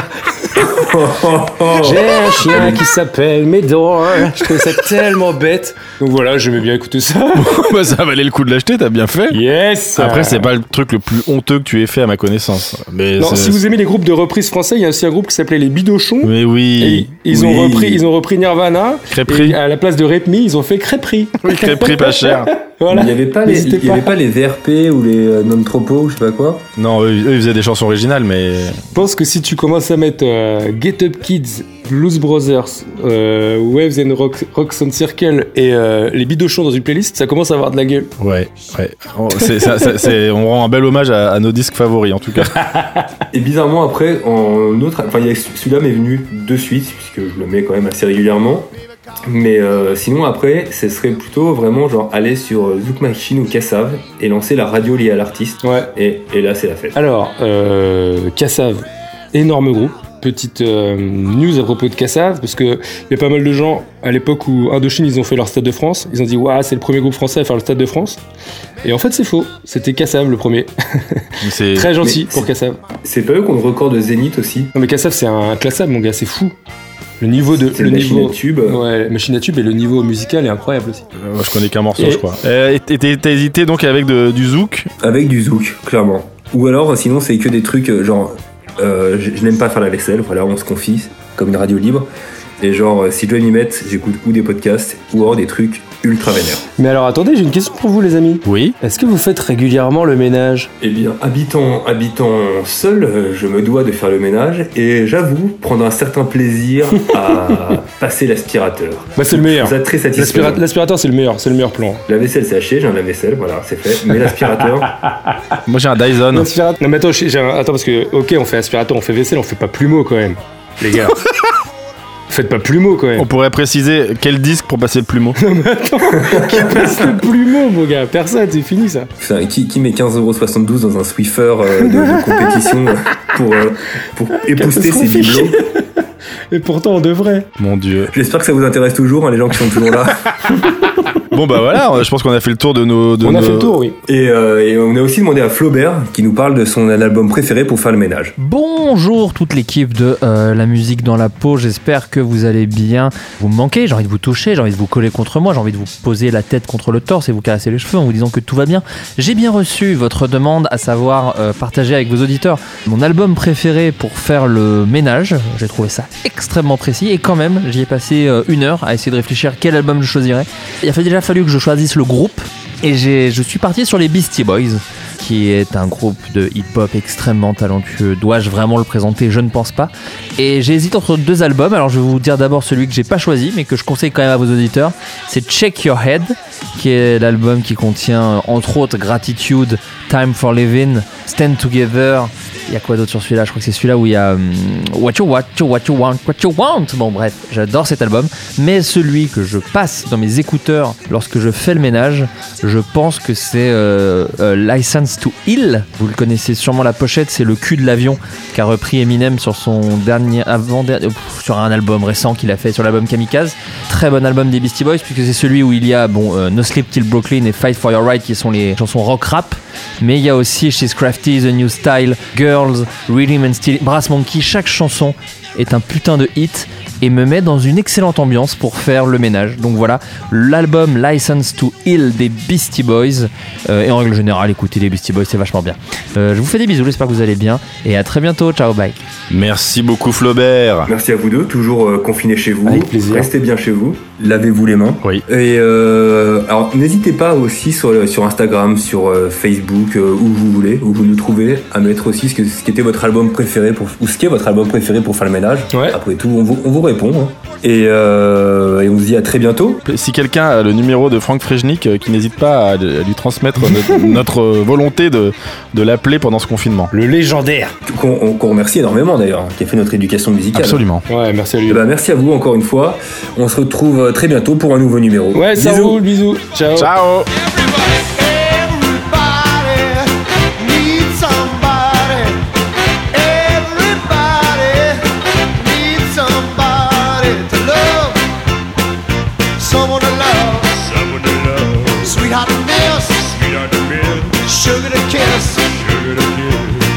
Speaker 3: J'ai un chien qui s'appelle Médor. Je trouvais ça tellement bête. Donc voilà, j'aimais bien écouter ça.
Speaker 4: (laughs) Bah, Ça valait le coup de l'acheter, t'as bien fait.
Speaker 3: Yes
Speaker 4: Après, c'est pas le truc le plus honteux que tu aies fait à ma connaissance. Mais,
Speaker 3: Non,
Speaker 4: c'est-
Speaker 3: si vous aimez les groupes de reprises français, il y a aussi un groupe qui s'appelait les Bidochons.
Speaker 4: mais oui.
Speaker 3: Et ils,
Speaker 4: Oui.
Speaker 3: ont repris, ils ont repris Nirvana.
Speaker 4: Crêperie.
Speaker 3: Et à la place de Repmi, ils ont fait Crêperie.
Speaker 4: Oui, crêperie pas cher.
Speaker 3: (laughs) Voilà.
Speaker 2: Il n'y avait, pas les-
Speaker 3: N'hésitez
Speaker 2: il y avait
Speaker 3: pas.
Speaker 2: pas les VRP ou les euh, non-tropos ou je sais pas quoi.
Speaker 4: Non, eux, eux, ils faisaient des chansons originales, mais.
Speaker 3: Je pense que si tu commences à mettre euh, Get Up Kids, Blues Brothers, euh, Waves and Rock, Rock Sound Circle et euh, les Bidochons dans une playlist, ça commence à avoir de la gueule.
Speaker 4: Ouais, ouais. On, c'est- ça- ça- c'est- on rend un bel hommage à, à nos disques favoris, en
Speaker 3: (laughs)
Speaker 4: tout cas.
Speaker 2: Et bizarrement, après, en autre. Enfin, il y a- celui-là m'est venu de suite, puisque je le mets quand même assez régulièrement. Mais euh, sinon, après, ce serait plutôt vraiment genre aller sur euh, Zouk Machine ou Cassav et lancer la radio liée à l'artiste.
Speaker 3: Ouais.
Speaker 2: Et, et là, c'est la fête.
Speaker 3: Alors, euh, Cassav, énorme groupe. Petite euh, news à propos de Cassav, parce que il y a pas mal de gens à l'époque où Indochine ils ont fait leur Stade de France, ils ont dit waouh c'est le premier groupe français à faire le Stade de France, et en fait c'est faux, c'était Cassav le premier,
Speaker 4: C'est-
Speaker 3: très gentil
Speaker 2: mais
Speaker 3: pour Cassav.
Speaker 2: C'est pas eux qui ont le record de Zénith aussi
Speaker 3: Non mais Cassav c'est un classable mon gars, c'est fou, le niveau de
Speaker 2: C'est
Speaker 3: le
Speaker 2: la machine
Speaker 3: niveau
Speaker 2: à tube.
Speaker 3: ouais Euh, machine à tube et le niveau musical est incroyable aussi.
Speaker 4: Euh, Moi, je connais qu'un morceau,
Speaker 3: Et-
Speaker 4: je crois. Euh, et- et t'as t'as hésité donc avec de- du zouk
Speaker 2: Avec du zouk, clairement. Ou alors, sinon, c'est que des trucs euh, genre, euh, je, je n'aime pas faire la vaisselle, voilà, on se confie, comme une radio libre. Et genre, euh, si je dois m'y mettre, j'écoute ou des podcasts, ou alors des trucs ultra vénères.
Speaker 3: Mais alors attendez j'ai une question pour vous les amis,
Speaker 4: Oui.
Speaker 3: est-ce que vous faites régulièrement le ménage
Speaker 2: Eh bien, habitant, habitant seul, euh, je me dois de faire le ménage, et j'avoue prendre un certain plaisir (laughs) à passer l'aspirateur.
Speaker 3: Bah c'est le meilleur,
Speaker 2: Ça très satisfaisant.
Speaker 3: L'aspira- l'aspirateur c'est le meilleur, c'est le meilleur plan.
Speaker 2: La vaisselle séchée, j'ai un lave-vaisselle, voilà, c'est fait. Mais l'aspirateur,
Speaker 4: Moi, j'ai un Dyson.
Speaker 3: L'aspirateur- Ah, Non, mais attends, j'ai- j'ai un- attends, parce que, ok, on fait aspirateur, on fait vaisselle, on fait pas plumeau quand même. (laughs) Les gars. Faites pas plumeau quand même.
Speaker 4: On pourrait préciser quel disque pour passer le plumeau.
Speaker 3: passe le plumeau, mon gars. Personne, c'est fini ça.
Speaker 2: putain, qui, qui met 15,72€ dans un Swiffer euh, de, de compétition euh, pour, euh, pour épouster ses
Speaker 3: Catastrophique.
Speaker 2: bibelots
Speaker 3: (laughs) Et pourtant, on devrait.
Speaker 4: Mon dieu.
Speaker 2: J'espère que ça vous intéresse toujours, hein, les gens qui sont toujours là.
Speaker 4: Bon bah voilà, on- je pense qu'on a fait le tour de nos. de
Speaker 3: on a
Speaker 4: nos-
Speaker 3: fait le tour, oui.
Speaker 2: Et, euh, et on a aussi demandé à Flaubert, qui nous parle de son album préféré pour faire le ménage.
Speaker 6: Bonjour toute l'équipe de euh, La musique dans la peau, j'espère que vous allez bien. Vous me manquez, j'ai envie de vous toucher, j'ai envie de vous coller contre moi, j'ai envie de vous poser la tête contre le torse et vous caresser les cheveux en vous disant que tout va bien. J'ai bien reçu votre demande, à savoir euh, partager avec vos auditeurs mon album préféré pour faire le ménage. J'ai trouvé ça extrêmement précis et quand même, j'y ai passé euh, une heure à essayer de réfléchir quel album je choisirais. Il a fait- déjà fallu que je choisisse le groupe et j'ai- je suis parti sur les Beastie Boys qui est un groupe de hip-hop extrêmement talentueux. Dois-je vraiment le présenter Je ne pense pas. Et j'hésite entre deux albums. Alors je vais vous dire d'abord celui que j'ai pas choisi, mais que je conseille quand même à vos auditeurs. C'est Check Your Head, qui est l'album qui contient euh, entre autres Gratitude, Time for Living, Stand Together Il y a quoi d'autre sur celui-là Je crois que c'est celui-là où il y a hum, What You What You What You Want What You Want. Bon bref, j'adore cet album, mais celui que je passe dans mes écouteurs lorsque je fais le ménage, je pense que c'est euh, euh, License to Hill. Vous le connaissez sûrement la pochette, c'est le cul de l'avion qu'a repris Eminem sur son dernier avant euh, sur un album récent qu'il a fait sur l'album Kamikaze. Très bon album des Beastie Boys puisque c'est celui où il y a bon euh, No Sleep Till Brooklyn et Fight for Your Right qui sont les chansons rock rap, mais il y a aussi She's Crafty, The New Style, Girls, Rhythm and Steel, Brass Monkey. Chaque chanson est un putain de hit et me met dans une excellente ambiance pour faire le ménage. Donc voilà, l'album License to Heal des Beastie Boys. Euh, et en règle générale, écoutez les Beastie Boys, c'est vachement bien. Euh, je vous fais des bisous, j'espère que vous allez bien. Et à très bientôt, ciao, bye.
Speaker 4: Merci beaucoup Flaubert.
Speaker 2: Merci à vous deux, toujours euh, confinés chez vous.
Speaker 3: Avec plaisir.
Speaker 2: Restez bien chez vous. Lavez-vous les mains.
Speaker 4: Oui.
Speaker 2: Et euh, alors n'hésitez pas aussi sur, le- sur Instagram, sur euh, Facebook, euh, où vous voulez, où vous nous trouvez, à mettre aussi ce, que, ce qui était votre album préféré pour, ou ce qui est votre album préféré pour faire le ménage.
Speaker 3: Ouais.
Speaker 2: Après Ah, tout, on vous, on vous répond. hein. Et, euh, et on se dit à très bientôt.
Speaker 4: Si quelqu'un a le numéro de Franck Fréjnik, euh, qui n'hésite pas à, à lui transmettre notre, (laughs) notre, euh, volonté de, de l'appeler pendant ce confinement.
Speaker 3: Le légendaire.
Speaker 2: Qu'on on- qu'on remercie énormément d'ailleurs, hein, qui a fait notre éducation musicale.
Speaker 4: Absolument.
Speaker 3: Ouais, merci à lui.
Speaker 2: Eh ben, merci à vous encore une fois. On se retrouve euh, très bientôt pour un nouveau numéro.
Speaker 3: Ouais, ça
Speaker 2: Bisous.
Speaker 3: roule, bisous. Ciao.
Speaker 4: Ciao
Speaker 7: Everybody needs somebody. Everybody needs somebody to love. Someone to love.
Speaker 8: Someone to love,
Speaker 7: Sweetheart to miss.
Speaker 8: sweetheart to miss,
Speaker 7: Sugar to kiss.
Speaker 8: sugar to kiss.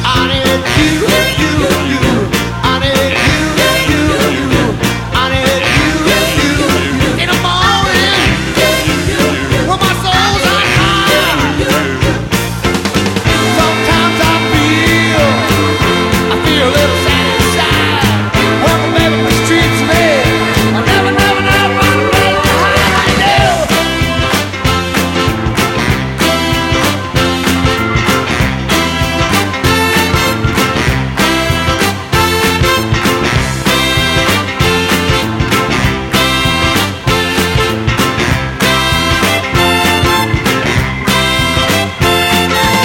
Speaker 7: I need you, you, you. I need you, you, you. I need you, you, you. In the morning, when my soul's on fire. Sometimes I feel, I feel a little sad inside. When my baby mistreats me, I never, never, never, never, never, I know.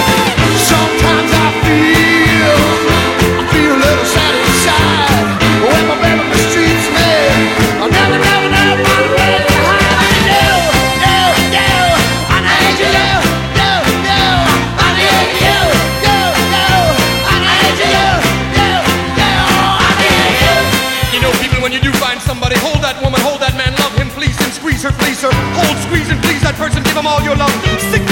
Speaker 7: Sometimes I feel, I feel a little sad inside. When my baby mistreats me, I never, never, never want to be behind you. You, you, I need you, you, you, you. I need you, you, you. I need you, you, you. I need you.
Speaker 8: You know, people, when you do find somebody, hold that woman, hold that man, love him, please him, squeeze her, please her, hold, squeeze and please that person, give him all your love. Stick